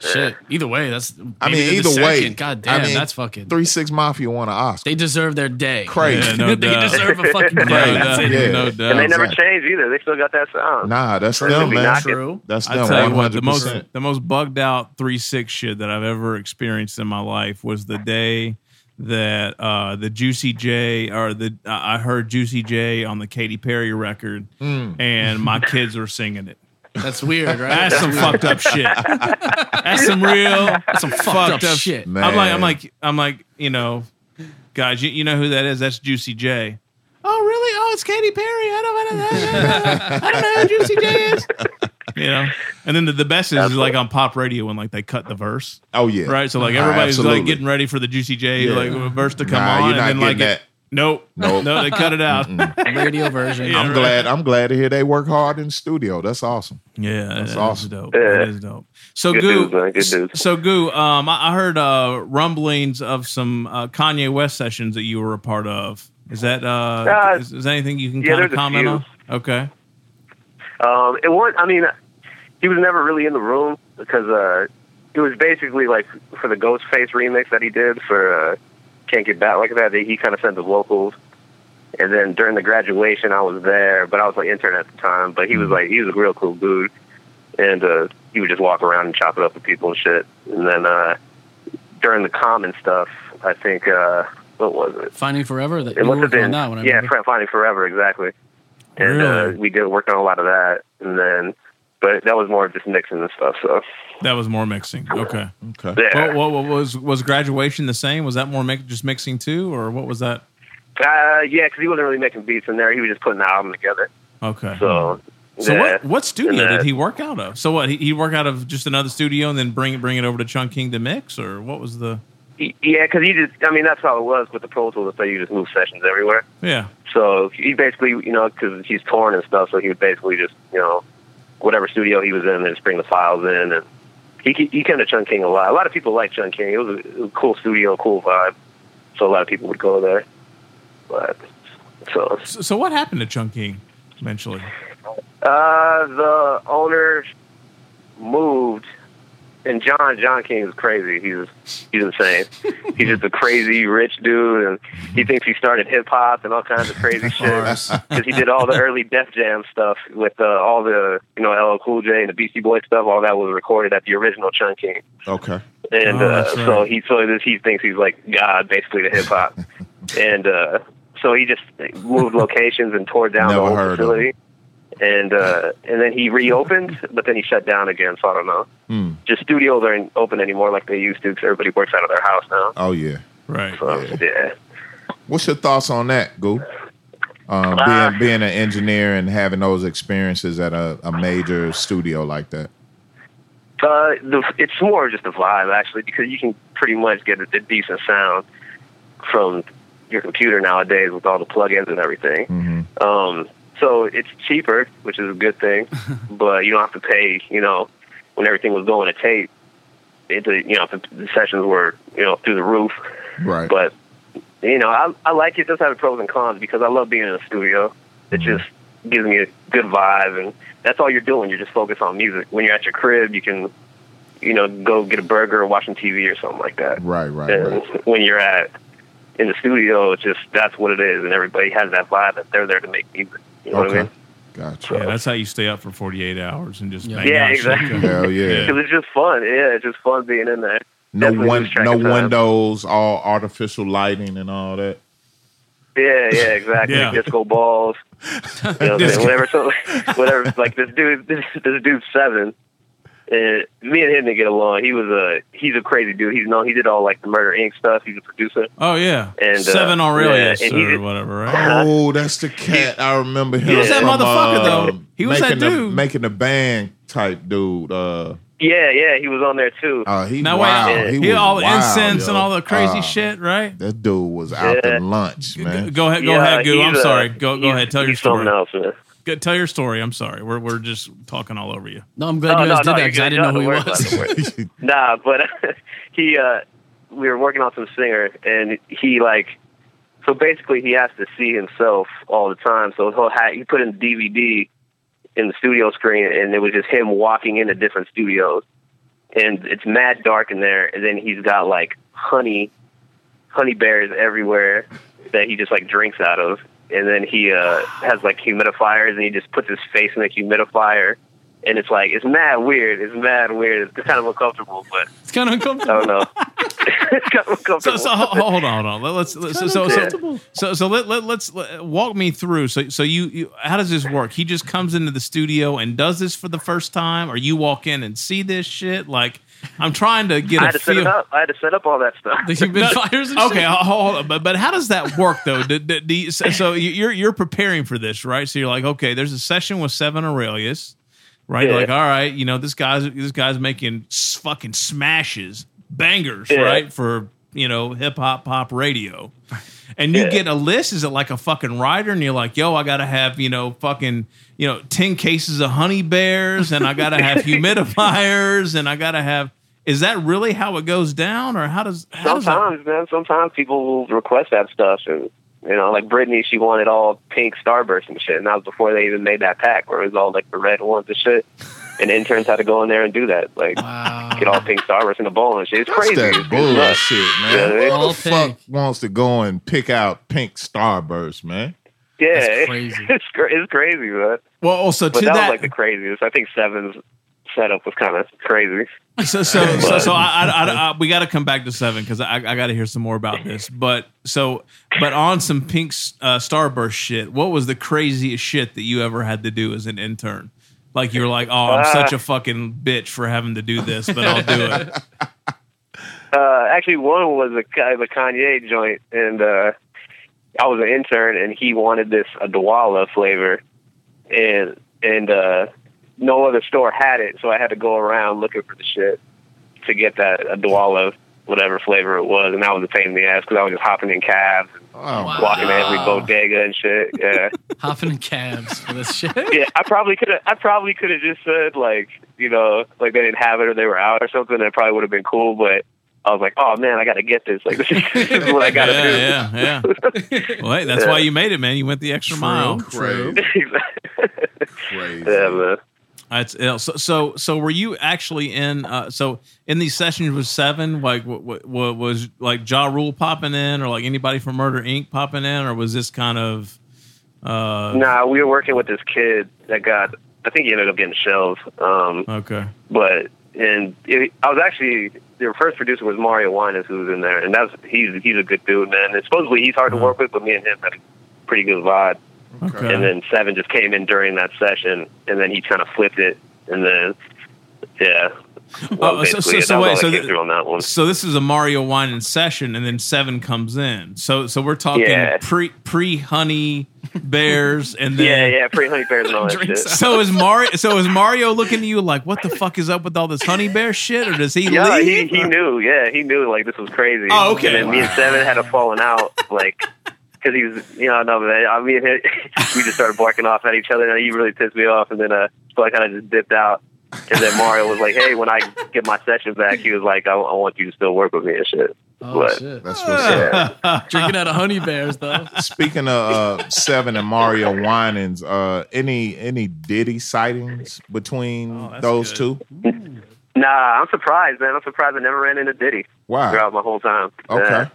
shit. Either way, that's.
I mean,
maybe they're the
either way,
second. God damn,
I mean,
that's fucking.
Three Six Mafia won an Oscar.
they deserve their day.
Crazy.
Yeah, no
they
doubt.
deserve a fucking
no
day.
Right.
That's
doubt,
it.
Yeah.
no
And
doubt.
and they never
exactly.
changed either. They still got that sound.
Oh, Nah, that's
Really
them, man.
not good.
True.
That's
I
them.
tell you what,
One
the
hundred
most
percent.
the most bugged out three six shit that I've ever experienced in my life was the day that uh, the Juicy J or the I I heard Juicy J on the Katy Perry record, and my kids were singing it.
That's weird, right?
That's some fucked up shit. That's some real some fucked,
fucked
up shit.
up shit.
I'm like I'm
Man.
like I'm like you know, guys, you, you know who that is? That's Juicy J. Oh really? Oh, it's Katy Perry. I don't, I don't, I don't know who Juicy J is. You know, and then the, the best is, is like on pop radio when like they cut the verse,
Oh yeah.
right? So like
Nah,
everybody's
absolutely.
like getting ready for the Juicy J
Yeah.
like verse to come
Nah,
on,
you're not
and then like
getting
it,
that.
nope,
Nope.
no, they cut it out.
Radio version.
Yeah,
I'm
right.
glad. I'm glad to hear they work hard in the studio. That's awesome.
Yeah, that's
awesome.
dope.
Yeah.
That is dope. So
Good
goo,
dudes, man. Good dudes.
so goo. Um, I, I heard uh, rumblings of some uh, Kanye West sessions that you were a part of. Is that uh,
Uh,
is, is there anything you can
yeah,
kind of
there's a
comment
few.
on? Okay,
Um, it was. I mean, he was never really in the room because uh, it was basically like for the Ghostface remix that he did for uh, Can't Get Back Like That. He kind of sent the vocals, and then during the graduation, I was there, but I was like intern at the time. But he was like he was a real cool dude, and uh, he would just walk around and chop it up with people and shit. And then uh, during the common stuff, I think uh, what was it?
Finding Forever. That
It
you
must have
worked on
been
that one. I
yeah,
remember.
Fr- Finding Forever exactly. And
Really?
uh, we did work on a lot of that, and then but that was more of just mixing and stuff. So
That was more mixing. Okay.
Okay.
yeah.
What, what, what was was graduation the same? Was that more mix, just mixing too, or what was that?
Uh, yeah, because he wasn't really making beats in there. He was just putting the album together.
Okay.
So,
Hmm. So
yeah.
what what studio
And, uh,
did he work out of? So what he, he work out of just another studio and then bring bring it over to Chungking to mix, or what was the?
Y- Yeah, because he just, I mean, that's how it was with the Pro Tools. So you just move sessions everywhere.
Yeah.
So he basically, you know, because he's torn and stuff, so he would basically just, you know, whatever studio he was in, they just bring the files in. And he, ke- he came to Chungking a lot. A lot of people like Chungking. It was a, it was a cool studio, cool vibe. So a lot of people would go there. But, so.
So, so what happened to Chungking eventually?
Uh, the owner moved, and John John King is crazy. He's he's insane. he's just a crazy rich dude, and he thinks he started hip hop and all kinds of crazy shit
course.
because he did all the early Def Jam stuff with uh, all the you know LL Cool J and the Beastie Boy stuff. All that was recorded at the original John King,
Okay.
and
Oh,
uh,
that's
so
right.
he so this, he thinks he's like God, basically to hip hop, and uh, so he just moved locations and tore down
Never
the
heard
whole
of
facility. And uh, and then he reopened, but then he shut down again. So I don't know.
Hmm.
Just studios aren't open anymore like they used to because everybody works out of their house now.
Oh yeah.
Right.
So
Yeah.
yeah,
What's your thoughts on that, Goo? Um,
Ah.
being being an engineer and having those experiences at a, a major studio like that.
Uh, the, it's more of just a vibe actually because you can pretty much get a, a decent sound from your computer nowadays with all the plugins and everything.
hmm
Um, so it's cheaper, which is a good thing, but you don't have to pay. You know, when everything was going to tape, it, you know the, the sessions were you know through the roof.
Right.
But you know, I I like it. It Does have pros and cons because I love being in a studio. It
Mm-hmm.
just gives me a good vibe, and that's all you're doing. You're just focused on music. When you're at your crib, you can you know go get a burger or watch some TV or something like that.
right. Right.
And
Right.
when you're at in the studio, it's just that's what it is, and everybody has that vibe that they're there to make music. You know what I
Okay.
mean?
Gotcha.
Yeah, that's how you stay up for forty eight hours and just
Yeah.
bang
Yeah,
out shit.
exactly.
Hell yeah.
Because it's just fun. Yeah, it's just fun being in there.
No
Definitely
one,
lose track
no
of time.
windows, all artificial lighting and all that.
Yeah, yeah, exactly.
Yeah.
Disco balls. You know what I'm saying? Whatever, so, whatever. Like this dude, this, this dude seven. And me and him didn't get along. He was a he's a crazy dude. He's known he did all like the Murder Inc. stuff. He's a producer.
Oh yeah.
And, uh,
Seven Aurelius
yeah, and he
or
did-
whatever, right?
Uh-huh.
Oh, that's the cat. I remember him.
was that
from,
motherfucker,
uh,
though. He was that
making The,
dude.
making the band type dude. Uh,
Yeah, yeah, he was on there too.
uh, he
Now
wild.
wait, he,
was
all the
wild,
incense
yo.
and all the crazy
Uh,
shit, right?
That dude was out
Yeah.
to lunch,
G-
man.
Go ahead, go
Yeah,
ahead, Goo.
he's
I'm
a-
sorry. Go go
he's-
ahead. Tell your
he's something
story.
else, man.
Go- Tell your story. I'm sorry. We're we're just talking all over you.
No, I'm glad
Oh,
you guys
no, no,
did that
you're
because I
good.
didn't know
Don't
who he
worry about
was.
it. Nah, but he uh we were working on some singer and he like so basically he has to see himself all the time. So he'll ha- he put in the DVD in the studio screen and it was just him walking into different studios and it's mad dark in there and then he's got like honey honey bears everywhere that he just like drinks out of and then he uh has like humidifiers and he just puts his face in the humidifier and it's like it's mad weird it's mad weird it's kind of uncomfortable but
It's kind of
I
uncomfortable.
don't know. it's kind
So,
of uncomfortable.
so ho- ho- hold on, hold on. Let- Let's, let's so,
It's
so, so
uncomfortable.
so so let, let let's let, walk me through. So so you, you how does this work? He just comes into the studio and does this for the first time, or you walk in and see this shit? Like I'm trying to get
I
a
had to set
feel.
it up. I had to set up all that stuff.
The human
No,
fires and
Okay,
shit.
ho- hold on. But, but how does that work though? Do- do- do you- so- so you- you're you're preparing for this, right? So you're like, okay, there's a session with Seven Aurelius, right? You're
Yeah.
like, all right, you know this guy's this guy's making s- fucking smashes, bangers,
Yeah.
right? For you know hip hop pop radio, and you
Yeah.
get a list. Is it like a fucking writer? And you're like, yo, I gotta have you know fucking you know ten cases of honey bears, and I gotta have humidifiers, and I gotta have. Is that really how it goes down, or how does how does that
Sometimes, man, sometimes people will request that stuff. And, you know, like Britney, she wanted all pink Starburst and shit. And that was before they even made that pack where it was all like the red ones and shit. and interns had to go in there and do that. Like get all pink starburst in a bowl and shit. It's
That's
crazy.
that
It's nuts.
bullshit, man.
Yeah,
Who
All
the fuck
pink.
wants to go and pick out pink starburst, man?
Yeah,
That's crazy.
it's cra- it's crazy, man.
Well, also to
But that, was
that,
like the craziest. I think Seven's setup was kind of crazy.
so so so, so I, I, I, I, we got to come back to seven because I, I got to hear some more about this. But so but on some pink uh, starburst shit, what was the craziest shit that you ever had to do as an intern? Like you were like, oh, I'm such a fucking bitch for having to do this, but I'll do it.
Uh, actually, one was a guy, the Kanye joint, and uh, I was an intern, and he wanted this a Dwala flavor, and and uh, no other store had it, so I had to go around looking for the shit to get that a Dwala whatever flavor it was, and that was a pain in the ass because I was just hopping in cabs,
Oh,
Wow.
walking to every
Ah.
bodega and shit. Yeah.
Hopping in cabs for this shit.
yeah, I probably could have. I probably could have just said like, you know, like they didn't have it or they were out or something. That probably would have been cool. But I was like, oh man, I got to get this. Like this is, this is what I got to do.
yeah, yeah, yeah. Well, hey, that's why you made it, man. You went the extra mile.
Crazy. Crazy.
yeah, man.
That's ill. So, so, so were you actually in? Uh, so, in these sessions with seven, like, what, what, what was like Ja Rule popping in, or like anybody from Murder Inc. popping in, or was this kind of? Uh,
Nah, we were working with this kid that got. I think he ended up getting shells. Um,
Okay.
but and it, I was actually their first producer was Mario Winans who was in there, and that's he's he's a good dude, man. And supposedly he's hard to work with, but me and him had a pretty good vibe.
Okay.
and then seven just came in during that session, and then he kind of flipped it, and then yeah.
Oh, so- so- so
basically, that was
wait,
all I
so
came
th-
through on that one.
So this is a Mario wine and session, and then seven comes in. So, so we're talking
Yeah.
pre pre honey bears, and then
Yeah, yeah, pretty honey bears and all that shit.
So is Mario? So is Mario looking at you like, what the fuck is up with all this honey bear shit? Or does he
Yeah, he,
leave?
he knew. Yeah, he knew like this was crazy.
Oh, okay.
And then me and Seven had a falling out, like because he was, you know, no man. I mean, we just started barking off at each other, and he really pissed me off. And then, uh, so I kind of just dipped out. And then Mario was like, "Hey, when I get my session back, he was like, I, I want you to still work with me and shit."
Oh
What?
shit!
That's what's up.
Drinking out of honey bears though.
Speaking of uh, Seven and Mario Winans, uh, any any Diddy sightings between
Oh, that's
those
good.
two?
Nah, I'm surprised, man. I'm surprised I never ran into Diddy
Wow.
throughout my whole time. Yeah.
Okay.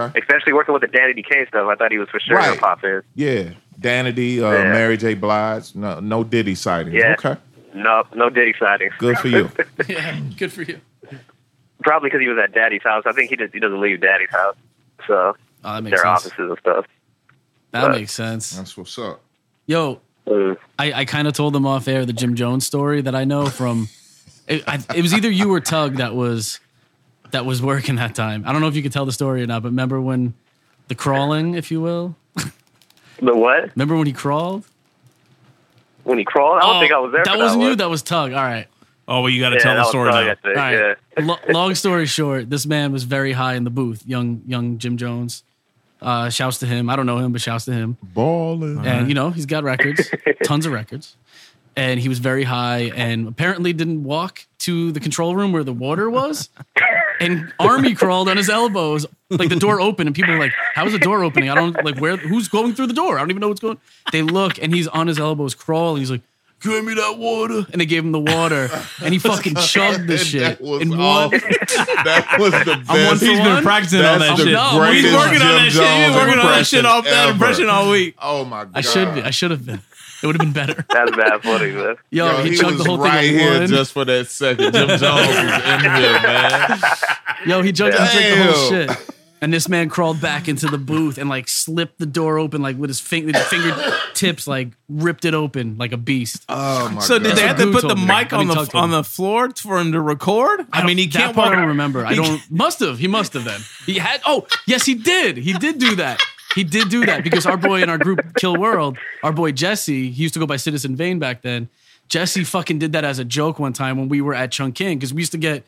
Okay.
Especially working with the Danny DK stuff, I thought he was for sure
Right.
gonna pop in.
Yeah. Danity, uh,
Yeah.
Mary J. Blige. No, no Diddy sightings.
Yeah.
Okay.
No, no Diddy sightings.
Good for you.
Yeah, good for you.
Probably because he was at Daddy's house. I think he just he doesn't leave Daddy's house, so
Oh, that makes
their
sense.
offices and stuff.
That makes sense.
That's what's up.
Yo,
Mm.
I, I kind of told them off air the Jim Jones story that I know from. It, I, it was either you or Tug that was that was working that time. I don't know if you could tell the story or not, but remember when the crawling, if you will,
The what?
remember when he crawled?
When he crawled? I don't
Oh,
think I was there. for
wasn't
that
you.
one.
That was Tug. All right.
Oh, well, you got to
yeah,
tell
that
the
was
story
Tug,
now.
I think,
All right.
Yeah.
Lo- long story short, this man was very high in the booth. Young young Jim Jones. Uh, shouts to him. I don't know him, but shouts to him.
Ballin'.
and you know he's got records, tons of records, and he was very high, and apparently didn't walk to the control room where the water was, and army crawled on his elbows, like the door opened, and people were like, "How is the door opening? I don't like where who's going through the door? I don't even know what's going." They look, and he's on his elbows crawling. He's like. Give me that water, and they gave him the water, and he fucking chugged the shit
That was,
in
all-
one.
that was the best.
one for
He's been
one?
practicing all
That's
that
the
shit.
greatest
He's working on
Jim
that shit. He's
Jones
working on that shit all that
impression
impression
ever.
all week.
Oh my god!
I should uh, be. I should have been. It would have been better.
That's bad footage, man.
Yo,
Yo,
he,
he
chugged
was
the whole
right
thing in
here
one.
just for that second. Jim Jones was in here, man.
Yo, he jumped and drank the whole
Damn.
shit. And this man crawled back into the booth and like slipped the door open, like with his finger, fingertips, like ripped it open like a beast.
Oh my
So did
god!
they have to
Who
put the
told me?
mic on
I mean,
the
Tug told
on
me.
the floor for him to record? I, mean, he
That
can't
part
walk.
I don't remember. I
he
don't. Must have. He must have. Then he had. Oh, yes, he did. He did do that. He did do that because our boy in our group, Kill World, our boy Jesse, he used to go by Citizen Vane back then. Jesse fucking did that as a joke one time when we were at Chungking because we used to get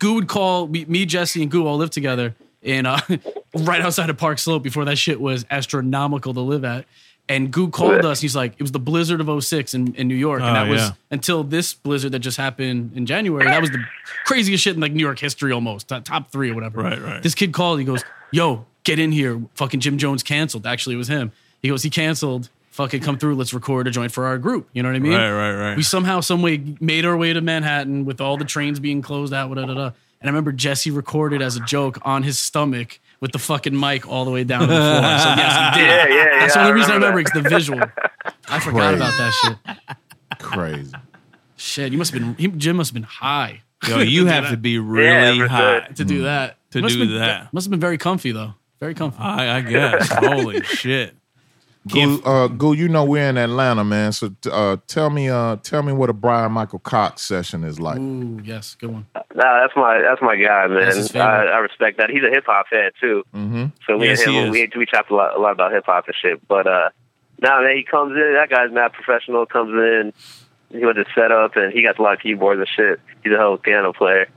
Goo would call me, me Jesse, and Goo all lived together in uh, right outside of Park Slope before that shit was astronomical to live at. And Goo called us. He's like, it was the blizzard of 06 in, in New York, and
Oh,
that was
yeah.
until this blizzard that just happened in January. That was the craziest shit in like New York history, almost to- top three or whatever.
Right, right.
This kid called. He goes, "Yo, get in here! Fucking Jim Jones canceled." Actually, it was him. He goes, "He canceled." fuck it, come through. Let's record a joint for our group. You know what I mean?
Right, right, right.
We somehow, some way, made our way to Manhattan with all the trains being closed out. Da, da, da. And I remember Jesse recorded as a joke on his stomach with the fucking mic all the way down to the floor. So yes, he did.
Yeah, yeah, yeah.
That's the only reason I
that.
remember it's the visual. I forgot
Crazy.
about that shit.
Crazy.
Shit, you must have been he, Jim must have been high
Yo, you have to be really
for
hot.
to do that.
Mm. To
Must have
do
been-
that.
must have been very comfy though. Very comfy.
I, I guess. Holy shit.
Goo, uh, Goo, you know we're in Atlanta, man. So uh, tell me, uh, tell me what a Brian Michael Cox session is like.
Mm.
Ooh, yes, good one.
Nah, that's my that's my guy,
That's his
man.
favorite.
I, I respect that. He's a hip hop head too.
Mm-hmm.
So we
Yes,
and
he
him,
is.
we we talked a lot, a lot about hip hop and shit. But uh, now man, he comes in. That guy's not professional. Comes in, he went to set up, and he got a lot of keyboards and shit. He's a hell of a piano player,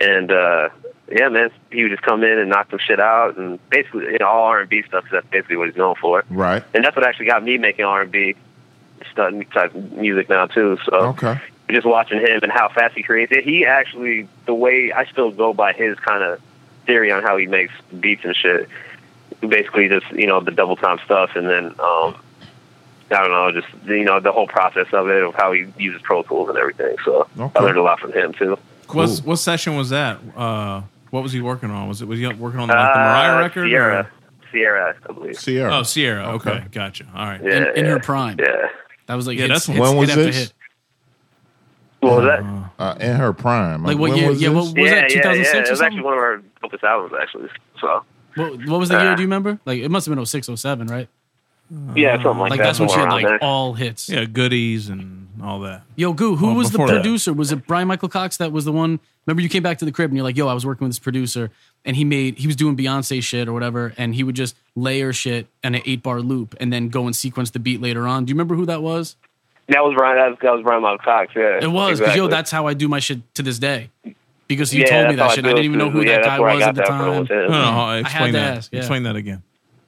and uh, yeah, man, he would just come in and knock some shit out, and basically you know, all R and B stuff. 'cause that's basically what he's known for,
Right.
and that's what actually got me making R and B stuff type music now too. So
Okay.
just watching him and how fast he creates it. He actually, the way I still go by his kind of theory on how he makes beats and shit. Basically, just you know the double time stuff, and then um, I don't know, just you know the whole process of it of how he uses Pro Tools and everything. So
Okay.
I learned a lot from him too.
What's,
Cool.
what session was that? Uh, what was he working on? Was it was he working on the, like, the Mariah
Uh,
record? or-
Sierra, Sierra, I believe.
Sierra.
Oh, Sierra. Okay.
Okay.
gotcha. All right.
Yeah,
In, in her
yeah,
prime.
yeah.
That was like
Yeah, that's-
hits, hits,
When was
hit after
this?
hit.
What was that?
Uh,
uh, in her prime.
Like, what
when
year-
Was
yeah,
this?
what- was
yeah,
that
yeah, yeah.
2006 or
It was
something?
actually one of our opus albums, actually. So
What, what was the year?
Uh,
Do you remember? Like it must have been 06, 07, right?
yeah, something like,
Like
that.
that's when she
somewhere
had
around
like
there.
all hits.
yeah, goodies and all that.
Yo, Goo, who
Well,
was the
before that.
producer? Was it Brian Michael Cox that was the one? Remember, you came back to the crib and you're like, yo, I was working with this producer and he made, he was doing Beyonce shit or whatever. And he would just layer shit in an eight bar loop and then go and sequence the beat later on. Do you remember who that was?
That was Brian. That was, that was Brian Michael Cox. Yeah,
It was, because yo,
exactly.
that's how I do my shit to this day. Because you
yeah,
told me that
that's
shit.
how
I
do
didn't even
it,
know who
yeah,
that
that's
guy
where I
was
got
at the
that from,
time.
was him.
No, no,
I had
explain
to
that.
ask, yeah.
Explain that again.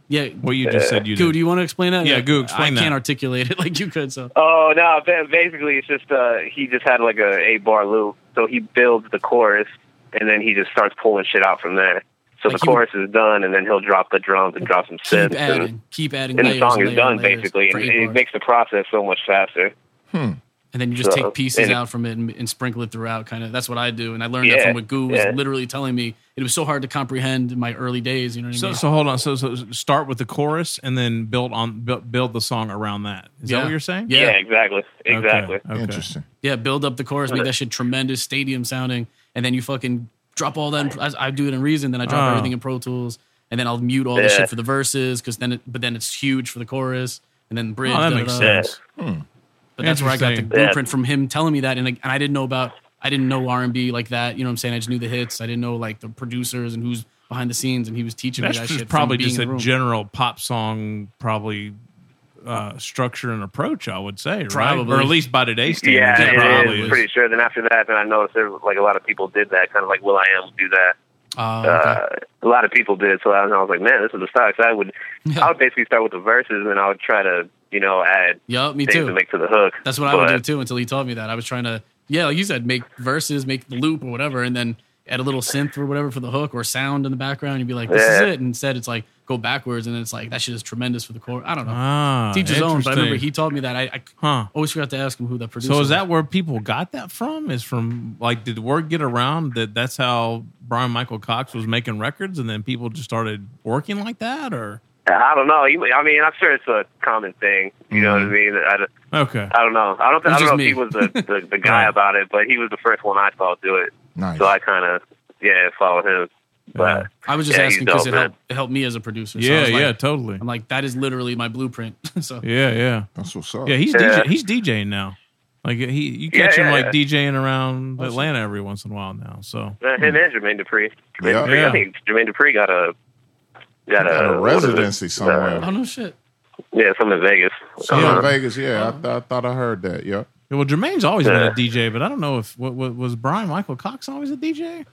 Yeah.
What you just said. You
Goo, do
did.
you want to explain that?
Yeah, Goo, explain
I
that.
can't articulate it like you could, so.
Oh no! ba- Basically, it's just uh, he just had like a eight bar loop, so he builds the chorus, and then he just starts pulling shit out from there. So
Like
the
he would-
chorus is done, and then he'll drop the drums and drop some
Keep
synths, and,
adding, keep adding.
and the
layers
song is
layers
done
layers
basically,
for
and
eight
it
bars.
makes the process so much faster.
and then you just
So,
take pieces
and-
out from it and, and sprinkle it throughout. Kind of that's what I do, and I learned that
Yeah,
from what Goo was
yeah.
literally telling me. It was so hard to comprehend in my early days. You know what I
So,
mean?
so hold on. So, so start with the chorus and then build on build, build the song around that. Is
Yeah.
that what you're saying?
Yeah. Uh,
Yeah, exactly,
Okay,
exactly.
okay.
Interesting.
yeah, build up the chorus, make that shit tremendous, stadium sounding, and then you fucking drop all that. In, I, I do it in Reason, then I drop
Oh.
everything in Pro Tools, and then I'll mute all the
Yeah.
shit for the verses because then, it, but then it's huge for the chorus and then bridge.
Oh, that
da, da,
makes
da.
sense.
But that's where I got the
Interesting.
Yeah.
blueprint from him telling me that, and, and I didn't know about, I didn't know R and B like that. You know what I'm saying? I just knew the hits. I didn't know like the producers and who's behind the scenes, and he was teaching
That's
me that
just
shit.
probably
from being
just
in
a
the room.
general pop song, probably uh, structure and approach. I would say, right?
Probably.
or at least by today's standards,
Yeah,
it
it is,
probably is.
pretty sure. Then after that, then I noticed there was, like a lot of people did that, kind of like Will I Am do that.
Oh, okay.
uh, a lot of people did. So I, and I was like, man, this is the style. So I would, I would basically start with the verses, and I would try to, you know, add
Yup, me
things to
too.
make to the hook.
That's what I would
But-
do too until he told me that. I was trying to, yeah, like you said, make verses, make the loop or whatever, and then add a little synth or whatever for the hook or sound in the background. You'd be like, this
Yeah.
is it. And instead, it's like, go backwards. And then it's like, that shit is tremendous for the core. I don't know.
Ah,
Teach his own. But I remember
interesting.
he told me that. I, I
Huh.
always forgot to ask him who that producer
So is
was.
that where people got that from? Is from like did word get around that that's how Brian Michael Cox was making records, and then people just started working like that, or
I don't know. You- I mean, I'm sure it's a common thing. You know what I mean? I, don't-
okay,
I don't know. I don't. Th-
It's
I don't
Mm-hmm. just
know if he
me.
was the, the, the guy
Right.
about it, but he was the first one I saw do it.
Nice.
So I kind of yeah followed him. But
I was just
Yeah, he's
asking because
dope,
it
man.
helped, it helped me as a producer. so I
yeah,
was like-
yeah, totally,
I'm like, that is literally my blueprint. so
yeah, yeah,
That's what's up.
yeah. He's
Yeah.
DJ, he's DJing now. Like he, you
Yeah,
catch him
yeah,
like
yeah.
DJing around Atlanta every once in a while now. So
uh, him and Jermaine Dupri. Jermaine
Yeah.
Dupri
Yeah.
I think Jermaine Dupri got a got,
Got a
Uh, what is it? Uh,
residency somewhere.
oh no shit.
yeah, some in Vegas.
So
Uh-huh.
in Vegas, yeah. I, th- I thought I heard that. Yeah.
yeah, well, Jermaine's always
Yeah.
been a DJ, but I don't know if what, what was Brian Michael Cox always a DJ.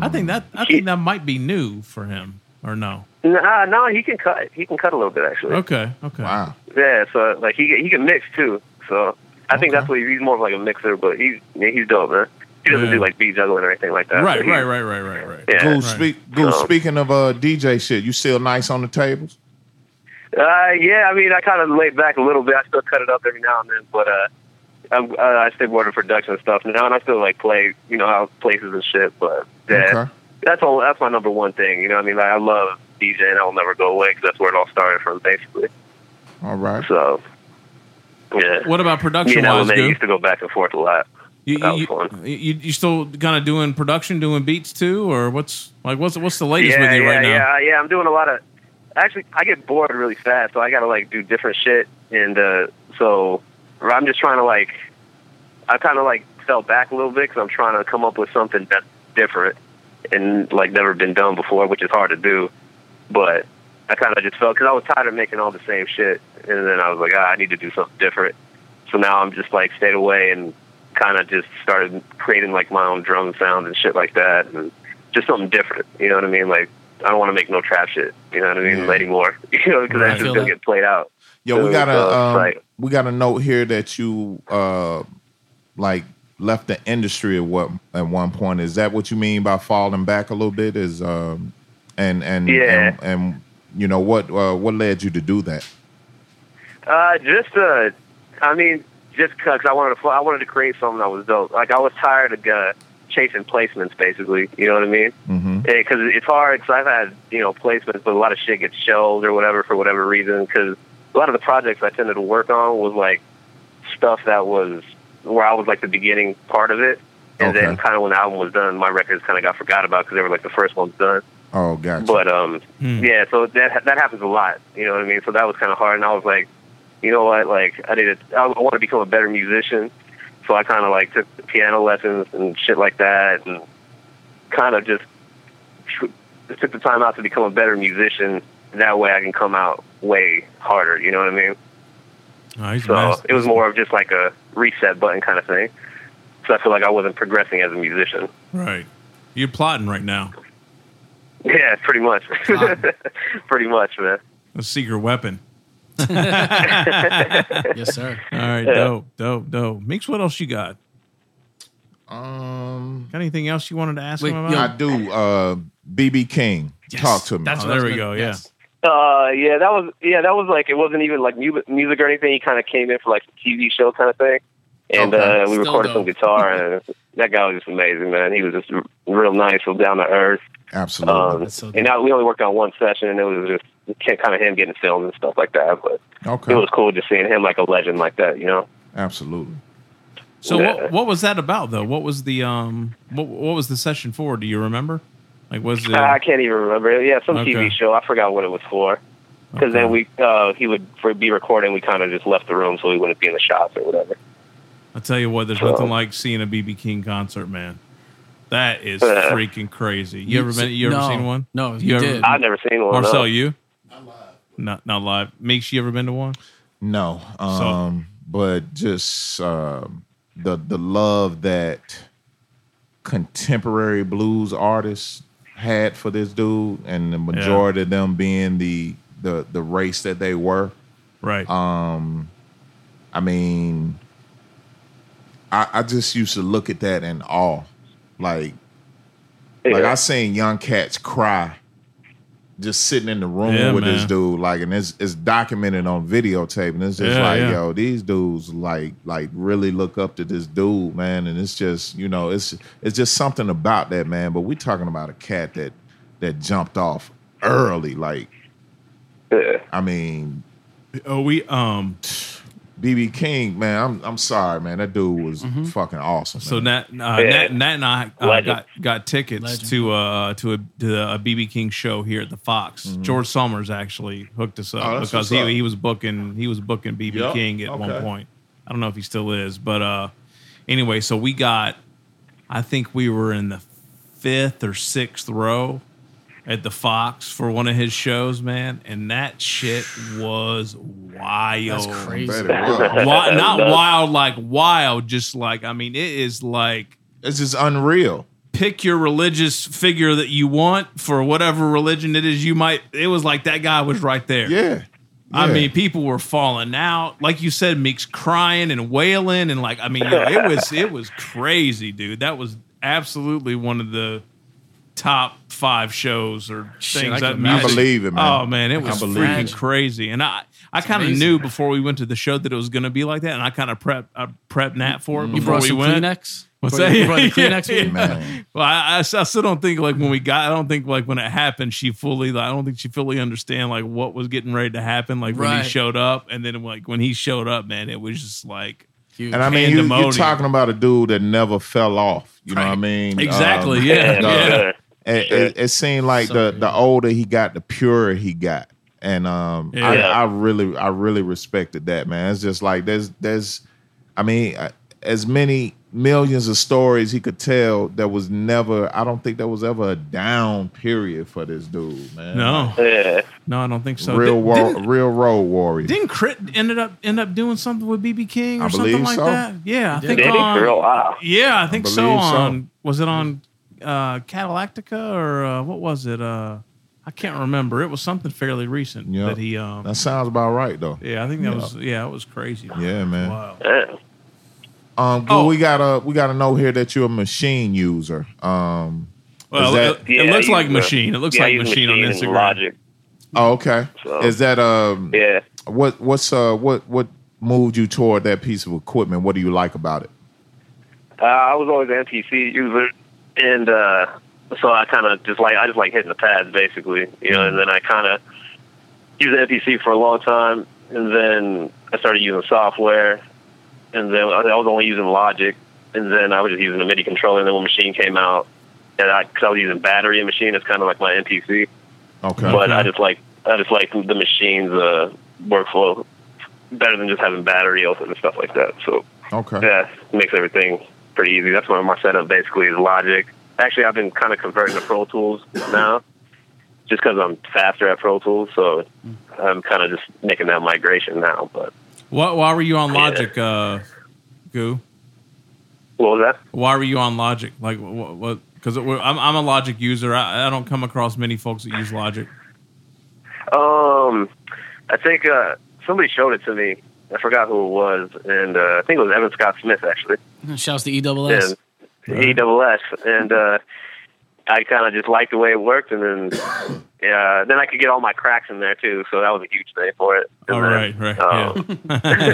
I think that I think that might be new for him, or no?
Nah, uh, no, he can cut. He can cut a little bit actually.
Okay, okay.
Wow.
Yeah, so like he he can mix too. So I think
Okay.
that's what he- he's more of like a mixer, but he's yeah, he's dope, man. He doesn't
Yeah.
do like beat juggling or anything like that.
Right,
but he-
right, right, right, right, right.
Yeah.
Goo, speak, Goo,
So-
speaking of uh, DJ shit, you still nice on the tables?
Uh, yeah, I mean, I kind of laid back a little bit. I still cut it up every now and then, but uh, I'm, uh, I still work in production and stuff now, and I still like play, you know, out places and shit. But yeah,
Okay.
that's all. That's my number one thing. You know, what I mean, like I love DJing. I'll never go away because that's where it all started from, basically.
All right.
So yeah,
What about
me
production
and
wise,
Element
dude?
used to go back and forth a lot.
You,
that was
you,
fun.
you, you still kind of doing production, doing beats too, or what's like what's what's the latest
yeah,
with you
yeah,
right now?
Yeah, yeah, I'm doing a lot of. Actually, I get bored really fast, so I gotta like do different shit, and uh, so I'm just trying to like. I kind of like fell back a little bit because I'm trying to come up with something that's different and like never been done before, which is hard to do. But I kind of just felt because I was tired of making all the same shit, and then I was like, ah, I need to do something different. So now I'm just like stayed away and kind of just started creating like my own drum sound and shit like that, and just something different. You know what I mean? Like I don't want to make no trap shit. You know what I mean?
Yeah.
Anymore. You know, because
Right.
that
Feel
shit's gonna
that.
get played out.
Yo, we
So,
got a
uh,
um,
right.
we got a note here that you uh like left the industry at what at one point. Is that what you mean by falling back a little bit? Is um and and
Yeah.
and, and you know what uh, what led you to do that?
Uh, just uh, I mean, just because I wanted to, fl- I wanted to create something that was dope. Like I was tired of uh, chasing placements, basically. You know what I mean?
Mm-hmm.
Because Eh, it's hard. Because I've had you know placements, but a lot of shit gets shelved or whatever for whatever reason. Because a lot of the projects I tended to work on was like stuff that was where I was like the beginning part of it. And
Okay.
then, kind of when the album was done, my records kind of got forgot about because they were like the first ones done.
Oh, gotcha.
But um,
Hmm.
yeah, so that that happens a lot. You know what I mean? So that was kind of hard, and I was like, you know what? Like, I did. I want to become a better musician, so I kind of like took piano lessons and shit like that, and kind of just tr- took the time out to become a better musician. That way, I can come out way harder. You know what I mean?
Oh, he's a
So
master.
it was more of just like a reset button kind of thing. So I feel like I wasn't progressing as a musician.
right. You're plotting right now.
Yeah, pretty much.
Ah.
pretty much, man.
A secret weapon.
yes, sir.
All right,
Yeah.
dope, dope, dope. Mix, what else you got?
um,
Got anything else you wanted to ask
Wait,
him
yo,
about?
I do. Uh, BB King, talk to me.
That's-
I was
Oh, there we
gonna-
go, yeah.
Uh, yeah, that was yeah, that was like it wasn't even like mu- music or anything. He kind of came in for like a TV show kind of thing, and
Okay.
uh, we
Still
recorded some
dope.
guitar. and that guy was just amazing, man. He was just r- real nice, real down to earth.
Absolutely.
Um,
That's so dope.
and now we only worked on one session, and it was just kind of him getting filmed and stuff like that. But
okay.
it was cool just seeing him like a legend like that, you know.
Absolutely.
So
Yeah.
what what was that about though? What was the um what what was the session for? Do you remember? Like was it
I can't even remember. Yeah, some
Okay.
TV show. I forgot what it was for. Because then we uh, he would for- be recording. We kind of just left the room so we wouldn't be in the shots or whatever.
I'll tell you what, there's
So-
nothing like seeing a BB King concert, man. That is
Yeah.
freaking crazy. You ever been? You ever
No.
seen one?
No,
You
you
ever-
did.
I've never seen one. no.
Marcel, you? Not not live. Meeks, you ever been to one?
No. Um, but just um, the the love that contemporary blues artists had for this dude, and the majority of them being the the the race that they were. um,
Right.
Uh, I mean, I, I just used to look at that in awe. Like, like
Yeah.
I seen young cats cry just sitting in the room
Yeah,
with this
man.
dude. Like, and it's it's documented on videotape, and it's just
Yeah,
like,
yeah.
yo, these dudes like like really look up to this dude, man. And it's just you know, it's it's just something about that man. But we talking about a cat that that jumped off early. Like,
Yeah.
I mean,
oh, we um.
BB King, man, I'm I'm sorry, man. That dude was fucking awesome.
Mm-hmm. So
man.
Nat, uh, Nat, Nat and I uh,
Legend.
got got tickets
Legend.
to uh to a to a BB King show here at the Fox. George Summers actually hooked us up
Oh, that's
because
what's
he
up.
he was booking he was booking BB
Yup,
King at one
okay.
point. I don't know if he still is, but uh anyway, so we got I think we were in the fifth or sixth row at the Fox for one of his shows, man, and that shit was wild.
That's crazy.
Better wow.
Wi- not
That's-
wild like wild, just like I mean, it is like
it's just unreal.
pick your religious figure that you want for whatever religion it is you might. It was like that guy was right there.
Yeah.
I
Yeah.
mean, people were falling out, like you said, Meeks crying and wailing, and like I mean, yo, it was it was crazy, dude. That was absolutely one of the top five shows or
Shit,
things
I
that
can
I
imagine.
music-
believe it, man.
Oh man, it
I
was
believe
freaking
it.
crazy, and I I kind of
amazing.
knew before we went to the show that it was going to be like that, and I kind of prep I prepped Nat for it
You
before
brought
we
Mm-hmm. some
went.
Kleenex.
What's
You brought-
that?
You brought a
Yeah,
Kleenex. with you?
man.
Well, I, I s- I still don't think like when we got, I don't think like when it happened, she fully, like, I don't think she fully understand like what was getting ready to happen. Like when
Right.
he showed up, and then like when he showed up, man, it was just like
Huge.
And I mean, you, you're
Pandemonium.
talking about a dude that never fell off. You know what I
Right.
mean?
Exactly,
Um,
yeah,
no.
yeah.
it, it, it seemed like the the older he got, the purer he got, and um, I,
Yeah.
I really I really respected that man. It's just like there's there's, I mean, I- as many millions of stories he could tell. There was never I don't think there was ever a down period for this dude, man.
No,
Yeah.
no, I don't think so.
real
Did-
war,
didn't-
real road warrior.
Didn't Crit ended up end up doing something with BB King or
I
something
believe
like
so.
that? Yeah, I think
Did he
on
for a while?
yeah, I think so.
believe so.
On was it on uh, Catalactica or uh, what was it? Uh, I can't remember. It was something fairly recent
Yeah.
that he. Um,
that sounds about right though.
yeah, I think that
Yeah.
was yeah, it was crazy.
Yeah, man.
Wow.
Yeah.
Um,
Oh.
we got a we got to know here that you're a machine user. Um,
Well,
Is that-
it, it
Yeah,
looks
I
like
use, uh,
machine. It looks
yeah, I
like
use
machine, on
and
Instagram.
Logic.
oh, okay.
So-
Is that um?
Yeah.
What what's uh what what moved you toward that piece of equipment? What do you like about it?
Uh, I was always an MPC user, and uh, so I kind of just like I just like hitting the pads basically, you
Hmm.
know. And then I kind of used the MPC for a long time, and then I started using software, and then I I was only using Logic, and then I was just using the MIDI controller. And then when Machine came out, and I, cause I was using battery and Machine, it's kind of like my MPC,
Okay.
but I just like I just like the Machine's uh, workflow better than just having battery open and stuff like that. So.
okay.
Yeah, makes everything pretty easy. That's why my setup basically is Logic. Actually, I've been kind of converting to Pro Tools now, just because I'm faster at Pro Tools. So I'm kind of just making that migration now. But
Why, why were you on Logic, uh, Goo?
what was that?
Why were you on Logic? Like what? what because I'm, I'm a Logic user. I, I don't come across many folks that use Logic.
Um, I think uh, somebody showed it to me. I forgot who it was, and uh, I think it was Evan Scott Smith actually.
Shouts to E double S.
and E double S, and uh, I kind of just liked the way it worked, and then yeah, then I could get all my cracks in there too, so that was a huge thing for it. And
All
then,
Oh, right, right,
uh,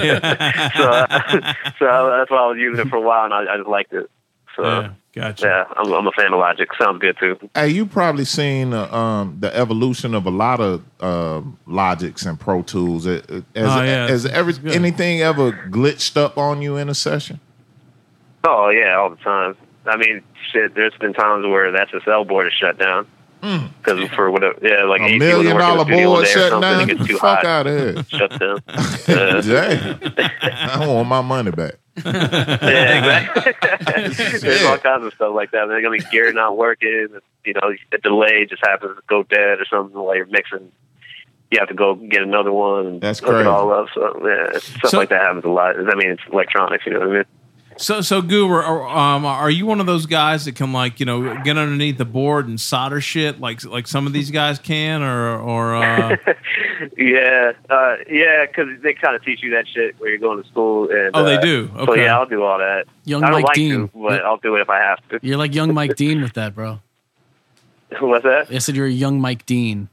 yeah.
so, so that's why I was using it for a while, and I, I just liked it. So
yeah,
yeah,
gotcha.
I'm, I'm a fan of Logic. Sounds good too.
Hey, you probably seen uh, um the evolution of a lot of uh, logics and Pro Tools. It- it- Has,
Oh, yeah.
has every
It's good.
anything ever glitched up on you in a session?
Oh yeah, all the time. I mean, shit. There's been times where the SSL board is shut down because for whatever. Yeah, like
Hmm. A
AC wasn't
million
working
dollar
the studio one
board
day or
shut
something,
down.
It
Get
gets
the
too
fuck
hot.
out of here.
Shut down. Uh,
Damn. I want my money back.
yeah, exactly. There's all kinds of stuff like that. They're gonna be gear not working. You know, the delay just happens to go dead or something while you're mixing. You have to go get another one. And
That's
hook
crazy.
It all up. So yeah, stuff
So-
like that happens a lot. I mean, it's electronics. You know what I mean?
So, so Goo, are, are- um, are you one of those guys that can like you know get underneath the board and solder shit like like some of these guys can, or or uh,
Yeah, uh, yeah, because they kind of teach you that shit where you're going to school. And,
oh they
uh,
do?
So
Okay,
yeah, I'll do all that.
Young
I don't
Mike
like
Dean.
to, but I'll do it if I have to.
You're like young Mike Dean with that, bro.
What's that?
I said you're a young Mike Dean.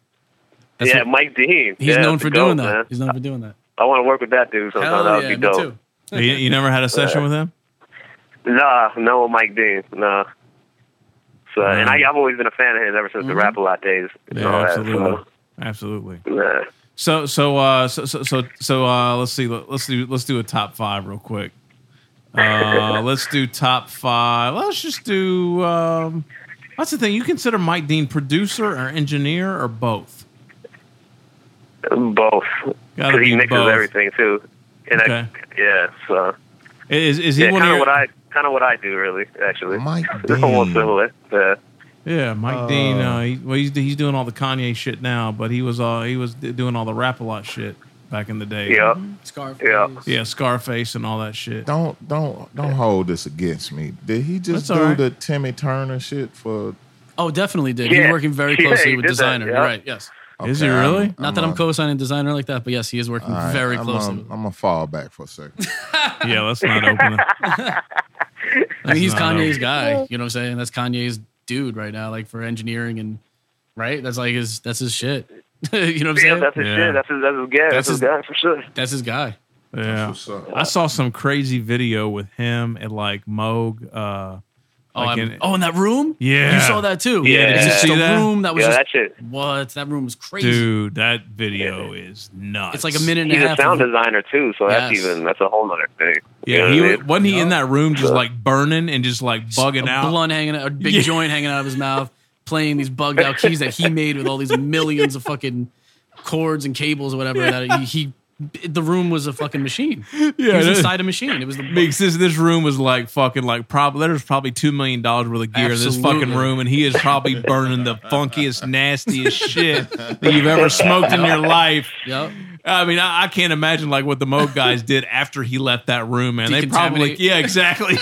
That's
yeah,
what-
Mike Dean.
he's
Yeah,
known
that's
for
the goat,
doing that.
man.
He's known for doing that.
I want to work with that dude sometime. that would be dope.
you, you never had a session with him?
Nah, no Mike Dean. Nah. So and I, I've always been a fan of his ever since the Rap a Lot days. and
Mm-hmm. Yeah,
all that,
absolutely, absolutely.
So, nah.
So so uh so so so, so uh let's see let's do let's do a top five real quick. Uh let's do top five. Let's just do um that's the thing. You consider Mike Dean producer or engineer or both?
Both.
Gotta
'Cause he
be
mixes
both.
everything too. And
Okay.
I, yeah, so
Is is he
yeah,
one of
kind of
your,
what I kind of what I do really actually.
Mike
It's almost
Dean.
similar. Yeah.
Yeah, Mike
Uh,
Dean. Uh, he, well, he's he's doing all the Kanye shit now, but he was uh he was d- doing all the rap a lot shit back in the day.
Yeah.
Scarf.
Yeah.
yeah, Scarface and all that shit.
Don't don't don't hold this against me. Did he just
That's all
do
right.
the Timmy Turner shit for?
Oh, definitely did.
Yeah.
He's working very
Yeah,
closely
he
with
did that,
designer.
yeah.
You're right. Yes.
Is he
I'm-
really?
Not that I'm
a-
co-signing designer like that, but yes, he is working
all right,
very
I'm um,
closely.
A, I'm gonna fall back for a second.
Yeah, let's not open it.
I mean, he's
No, no.
Kanye's guy. You know what I'm saying? That's Kanye's dude right now, like for engineering and right. That's like his that's his shit. you know what I'm saying?
Yeah, that's his
Yeah.
shit. That's his, that's his guy.
That's
That's, his
his-
guy for sure.
that's his guy.
Yeah.
What's up?
I saw some crazy video with him and like Moog. Uh,
Oh,
like
I'm-
in-
oh, in that room?
Yeah.
You saw that too.
Yeah,
did
It's
you
just
see
a
that?
room that was
Yeah,
just
that shit.
what? That room was crazy.
dude, that video is nuts.
It's like a minute and
He's
a
a
half.
sound
of-
designer too, so that's
Yes.
even that's a whole other thing. You
Yeah,
know what
he
I
wa-
mean?
wasn't he in that room just
Yeah.
like burning and just like bugging
a
out.
blunt hanging out, a big
Yeah.
joint hanging out of his mouth, playing these bugged out keys that he made with all these millions of fucking cords and cables or whatever. That he, he, the room was a fucking machine.
yeah,
He was
that-
inside a machine. It was the
Makes this this room was like fucking like probably there's probably two million dollars worth of gear in this
Absolutely.
fucking room, and he is probably burning the funkiest, nastiest shit that you've ever smoked in your life.
Yep.
I mean, I, I can't imagine like what the Moog guys did after he left that room, man. They probably
Decontaminate.
yeah, exactly.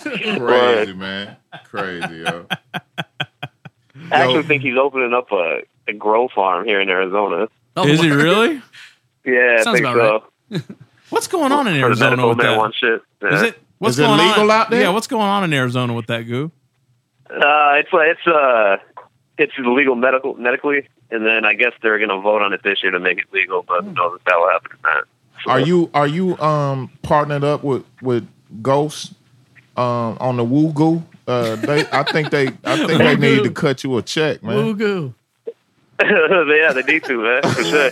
Crazy, man. Crazy, yo.
I actually
Yo.
think he's opening up a, a grow farm here in Arizona.
Oh,
is he
wow.
really?
Yeah, I
Sounds
think
about
so.
right.
What's going on in
For the
Arizona
medical
with that?
marijuana shit. Yeah.
Is it what's
Is it
going on?
legal out there?
Yeah, what's going on in Arizona with that goo?
Uh, it's uh, it's uh, it's illegal medical medically, and then I guess they're gonna vote on it this year to make it legal. But who knows if that will happen or not? So-
Are you are you um partnered up with with Ghost um on the Woo Goo? Uh, they, I think they I think they need to cut you a check, man.
Woo goo.
yeah, they need to, man, for sure.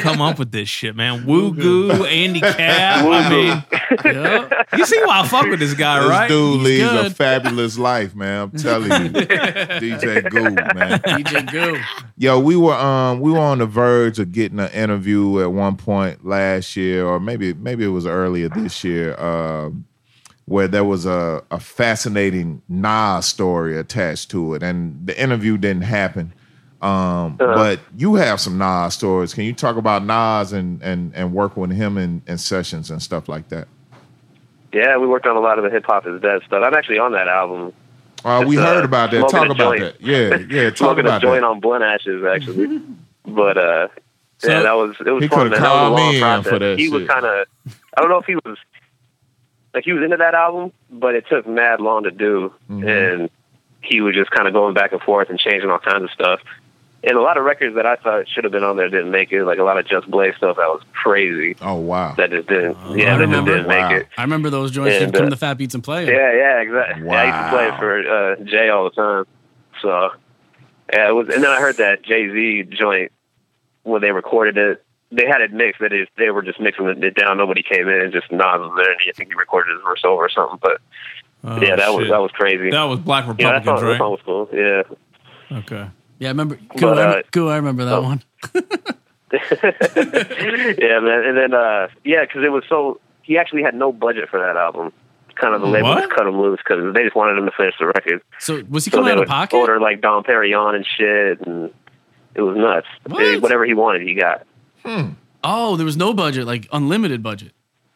Come up with this shit, man. Woo goo, Andy Cab. I
Woo-goo.
mean,
Yep.
you see why I fuck with this guy,
This
right?
dude leads a
good.
fabulous life, man. I'm telling you, DJ Goo, man.
DJ goo.
Yo, we were um we were on the verge of getting an interview at one point last year, or maybe maybe it was earlier this year, um, where there was a, a fascinating Nas story attached to it, and the interview didn't happen. Um,
Uh.
but you have some Nas stories. Can you talk about Nas and and and work with him in, in sessions and stuff like that?
yeah, we worked on a lot of the hip hop is dead stuff. I'm actually on that album.
Uh, we
Just, uh,
heard about that.
smoking
Talk
a
about
joint.
that. Yeah, yeah. Talk
Smoking a
about
joint
that.
on Blunt Ashes, actually. but uh, yeah,
So-
that was it was
He coulda
fun. Man. That was a
called
long
me in
process.
for that
he was
shit.
kind of, I don't know if he was like he was into that album, but it took mad long to do,
Mhm.
and he was just kind of going back and forth and changing all kinds of stuff. And a lot of records that I thought should have been on there didn't make it. Like a lot of Just Blaze stuff that was crazy
Oh wow.
that just didn't.
I
yeah, that just
remember.
didn't
Oh, Wow.
make it.
I remember those joints.
And,
You'd come
uh,
to Fat Beats and play. 'em.
Yeah, yeah, exactly. Yeah, I used to play
Wow.
it for uh, Jay all the time. So yeah, it was. And then I heard that Jay Z joint when they recorded it. They had it mixed. That is, they were just mixing it down. Nobody came in, and just Nas was there, and I think he recorded his verse over or something. But
Oh,
yeah, that was
shit.
that was crazy.
That was Black
yeah, that
Republicans,
song, that
right?
song was cool. Yeah,
Okay.
Yeah, I remember. Goo,
But,
I,
uh,
rem- Goo, I remember that
oh.
one.
yeah, man. And then uh, yeah, because it was so he actually had no budget for that album. Kind of the label
What?
just cut him loose because they just wanted him to finish the record.
So was he
So
coming
they
out of
would
pocket?
order like Dom Perignon and shit, and it was nuts.
What?
It- whatever he wanted, he got.
Oh, there was no budget, like unlimited budget.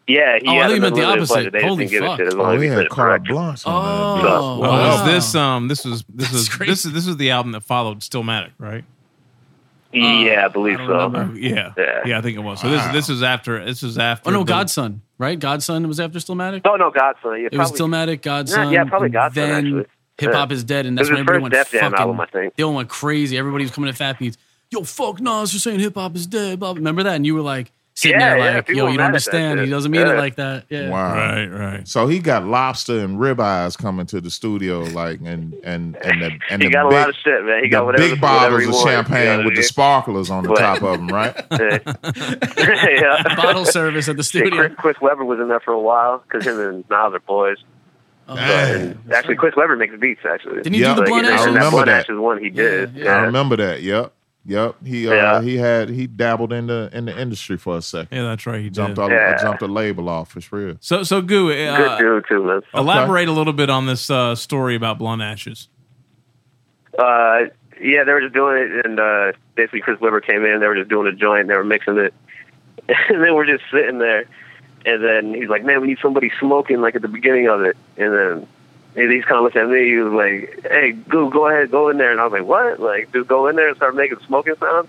Yeah, he
Oh, I
had
thought you
an
meant the
unlimited
opposite.
budget. They just
Holy
didn't give
fuck.
a shit as long
Oh
as he
yeah,
played it
Carl
correct.
Blunt's on that.
Oh,
Wow.
Well,
wow.
was this um this was this
That's
is
crazy.
this is this is the album that followed Stillmatic, right? Um,
Yeah, I believe
Uh, I don't
so.
remember.
Yeah.
Yeah.
Yeah, I think it was. So this
Wow.
this is after this is after
Oh no,
the-
Godson, right? Godson was after Stillmatic.
Oh no, Godson. Yeah,
It was
probably-
Stillmatic, Godson.
yeah, probably Godson,
Then
actually.
Hip Hop is dead, and that's
It
when
was his
everybody went
first Def Jam
fucking.
album, I think.
They all went crazy. Everybody was coming to Fat Beats. Yo, fuck Nas for saying hip hop is dead. Blah, blah. Remember that? And you were like sitting
Yeah, yeah,
there, like,
people
yo,
were
you
mad
don't
at that
understand. He
shit.
doesn't mean it
Yeah.
like that. Yeah.
Oh, Wow.
Right, right.
So he got lobster and ribeyes coming to the studio, like and and and the and
he
the
got
big,
a lot of shit, man. He
the
got whatever,
big
whatever
bottles
he
of
wanted,
champagne
you know
with the
what
sparklers on the
Right.
top of them, right?
I mean? yeah.
Bottle service at the
Yeah,
studio.
Chris, Chris Webber was in there for a while because him and Nas are boys.
Oh,
Hey.
man.
Actually, Chris Webber makes beats. Actually,
Didn't he
Yeah.
do the
Like,
Blood
I
yeah,
Ashes?
remember
that Blood
that.
Ashes one he did.
Yeah.
Yeah,
I remember that. Yep, yep. He uh,
Yeah.
he had he dabbled in the in the industry for a second.
Yeah, that's right. He
Jumped
did.
off,
Yeah.
jumped the label off for real.
So so goo.
Good
Uh,
dude too, man.
Elaborate a little bit on this uh, story about Blonde Ashes.
Uh, yeah, they were just doing it, and uh, basically Chris Webber came in. They were just doing a joint. and They were mixing it, and then we're just sitting there. And then he's like, "Man, we need somebody smoking like at the beginning of it." And then and he's kind of looking at me. He was like, "Hey, go go ahead, go in there." And I was like, "What? Like, just go in there and start making smoking sounds?"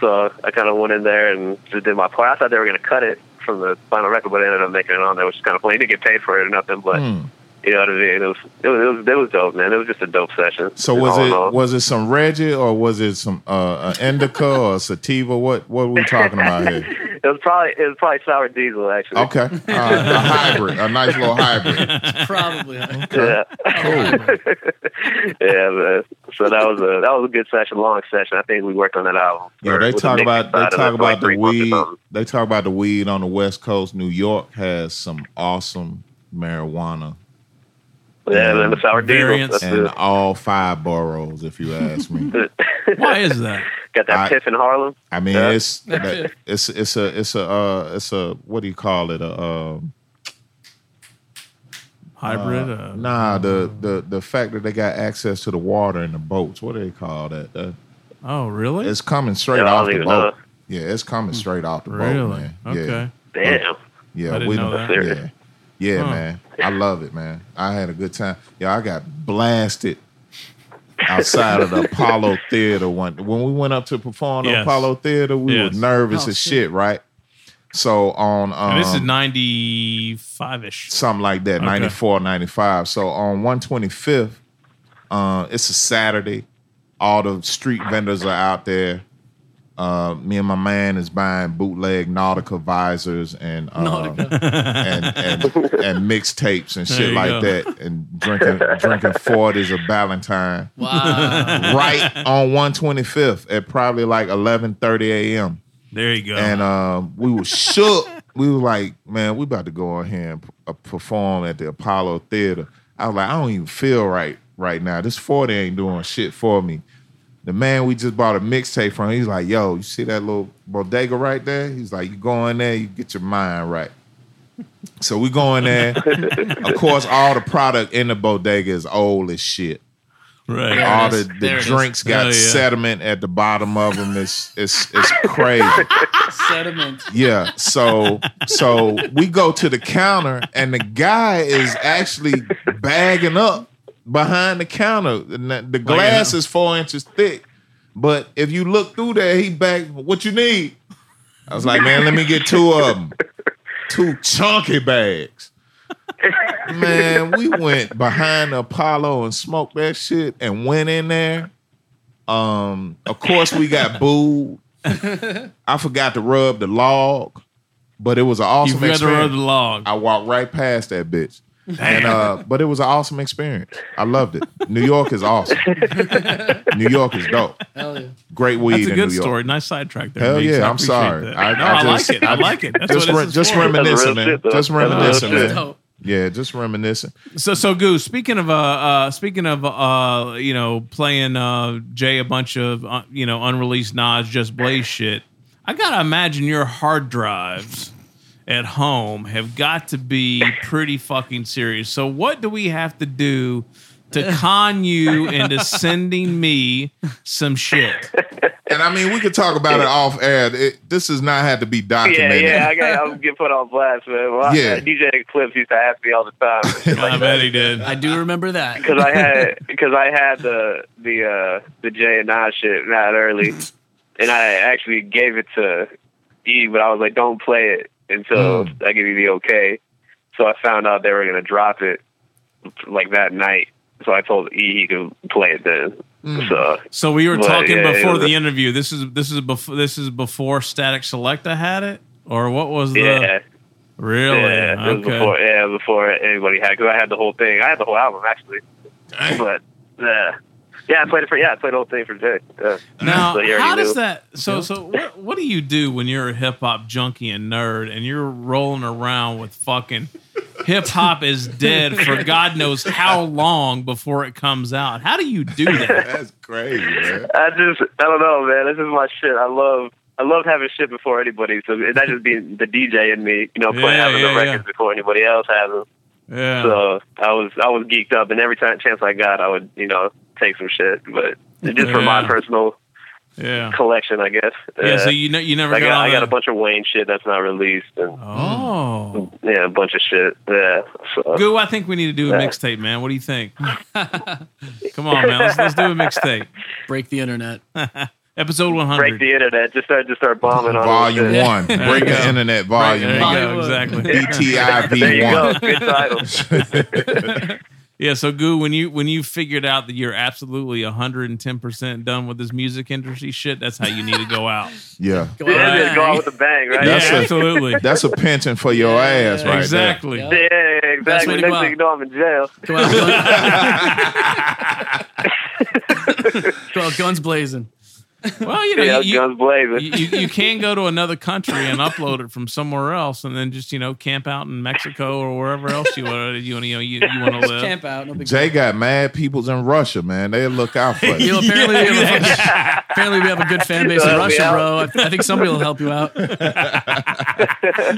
So I kind of went in there and just did my part. I thought they were gonna cut it from the final record, but I ended up making it on there, which is kind of funny. He didn't get paid for it or nothing, but you know what I mean. It was it was it was, it was dope, man. It was just a dope session.
So was
all in
it
all.
was it some Reggie or was it some uh, uh, indica or sativa? What what are we talking about here?
It was probably it was probably sour diesel actually.
Okay, All right. a hybrid, a nice little hybrid.
Probably.
Yeah.
Cool.
yeah, man. So that was a that was a good session, long session. I think we worked on that album.
Yeah,
for-
they
with the
talk
mixing
about
side of
they
it
talk
for like
about the
three months or
weed.
something.
They talk about the weed on the West Coast. New York has some awesome marijuana
Yeah, man, the sour diesel.
Variants
That's
in
it.
all five boroughs. If you ask me,
Why is that?
Got that
I-
piff in Harlem.
I mean
Yeah.
it's that, it's it's a it's a uh, it's a what do you call it a. Uh,
Hybrid? Uh,
Nah, the, the the fact that they got access to the water and the boats, what do they call that? Uh,
Oh, really?
it's coming straight
Yeah, I don't
off the
even
boat.
know.
Yeah, it's coming
Hmm.
straight off the boat,
Really?
man.
Okay.
Yeah,
Damn.
yeah,
I didn't know
done-
that.
yeah,
Serious.
yeah,
Huh.
man. I love it, man. I had a good time. Yeah, I got blasted outside of the Apollo Theater one. When we went up to perform the
Yes.
Apollo Theater, we
Yes.
were nervous
Oh,
as
shit.
shit. right? So on, um,
And this is 95 ish.
something like that,
Okay.
94, 95. So on 125th, uh, it's a Saturday. All the street vendors are out there. Uh, me and my man is buying bootleg Nautica visors and um, and and, and mixtapes and
There
shit
you
like
go.
that, and drinking drinking forties of Ballantine
Wow.
right on 125th at probably like 11:30 a.m
There you go.
and
Uh-huh.
um, we were shook. We were like, man, we about to go in here and p- uh, perform at the Apollo Theater. I was like, I don't even feel right right now. This 40 ain't doing shit for me. The man we just bought a mixtape from, he's like, yo, you see that little bodega right there? He's like, you go in there, you get your mind right. So we go in there. of course, all the product in the bodega is old as shit
right.
Yeah.
all
it
the,
is. There
the
it is.
drinks got
Oh, yeah.
sediment at the bottom of them. It's it's it's crazy.
Sediment.
Yeah. So so we go to the counter and the guy is actually bagging up behind the counter. And The the glass is four inches thick. But if you look through there, he bagged what you need. I was like, man, let me get two of them. Two chunky bags. Man, we went behind the Apollo and smoked that shit and went in there. Um, of course we got booed. I forgot to rub the log, but it was an
You
awesome
forgot to rub
experience.
the log.
I walked right past that bitch. And uh, but it was an awesome experience. I loved it. New York is awesome. New York is dope.
Hell yeah.
Great weed
That's a
in
good
New York.
story. Nice sidetrack there.
Hell
Meeks.
yeah,
I
I'm
appreciate
sorry.
that.
I-
no,
I
I,
just-
like it. I, like it. That's
Just,
what
re-
this is
just
for.
reminiscing,
real
man.
shit, though.
just
That's real
reminiscing,
shit.
man.
Dope.
Yeah, just reminiscing.
So so Goose, speaking of uh, uh speaking of uh you know playing uh Jay a bunch of uh, you know unreleased Nas Just Blaze shit, I gotta imagine your hard drives at home have got to be pretty fucking serious. So what do we have to do to con you into sending me some shit?
And I mean, we could talk about it off air. It, this has not had to be
Yeah,
documented.
yeah, I got. I'm getting put on blast, man. Well,
Yeah.
I, DJ Clips used to ask me all the time
I bet he did.
I do remember that.
because I had because I had the the uh, the Jay and Nas shit not early, and I actually gave it to E, but I was like, don't play it until
Hmm.
I give you the okay. So I found out they were gonna drop it like that night. So I told E he could play it then.
Hmm.
So
So we were
But,
talking
yeah, it
before
was-
the interview. This is this is before this is before Static Selecta had it, or what was the
yeah.
really?
Yeah, it was
okay.
before, yeah, before anybody had, because I had the whole thing. I had the whole album actually, but uh, yeah, I played it for yeah, I played the whole thing for Jay. Yeah.
Now,
So he already
how does
knew.
that? So, so what? What do you do when you're a hip hop junkie and nerd, and you're rolling around with fucking hip hop is dead for God knows how long before it comes out? How do you do that?
That's crazy, man.
I just I don't know, man. This is my shit. I love I love having shit before anybody. So that just being the DJ in me, you know, playing
Yeah, yeah,
having the
yeah. Uh-huh.
records before anybody else has them.
Yeah.
So I was I was geeked up, and every time chance I got, I would you know take some shit, but just for my
Yeah.
personal
yeah.
collection, I guess.
Yeah. So
Uh,
you know, you never
I got I
all
got a
that-
bunch of Wayne shit that's not released, and
Oh,
yeah, a bunch of shit. Yeah, so.
Goo, I think we need to do a
Yeah.
mixtape, man. What do you think? Come on, man. Let's, let's do a mixtape.
Break the internet.
Episode one
break
hundred.
the internet. Just start, just start bombing on it.
Volume
Yeah.
one.
There
Break
you
the
go.
internet
Right,
volume
there
one.
you go.
Hollywood.
Exactly.
There you
BTIV
go.
one.
Good title.
Yeah, so Goo, when you when you figured out that you're absolutely 110% done with this music industry shit, that's how you need to go out.
Yeah.
Yeah,
Right.
just go out with a bang, right?
That's
yeah,
a-
absolutely.
That's a pension for your ass right
exactly.
Yeah.
Yeah, yeah, yeah,
Best way to
exactly. Next
go
thing
out.
you know, I'm in jail.
Go out, guns- go out guns blazing.
Well, you know,
Yeah,
you,
guns blazing.
you, you can go to another country and upload it from somewhere else, and then just you know camp out in Mexico or wherever else you want to you, wanna- you know you, you want to live.
Camp out. No big
there. Jay got mad peoples in Russia, man. They look out for
Yo,
you.
apparently,
Yeah,
we have a fucking- apparently we have a good fan base in
Help me
Russia,
out.
bro. I, I think somebody will help you out.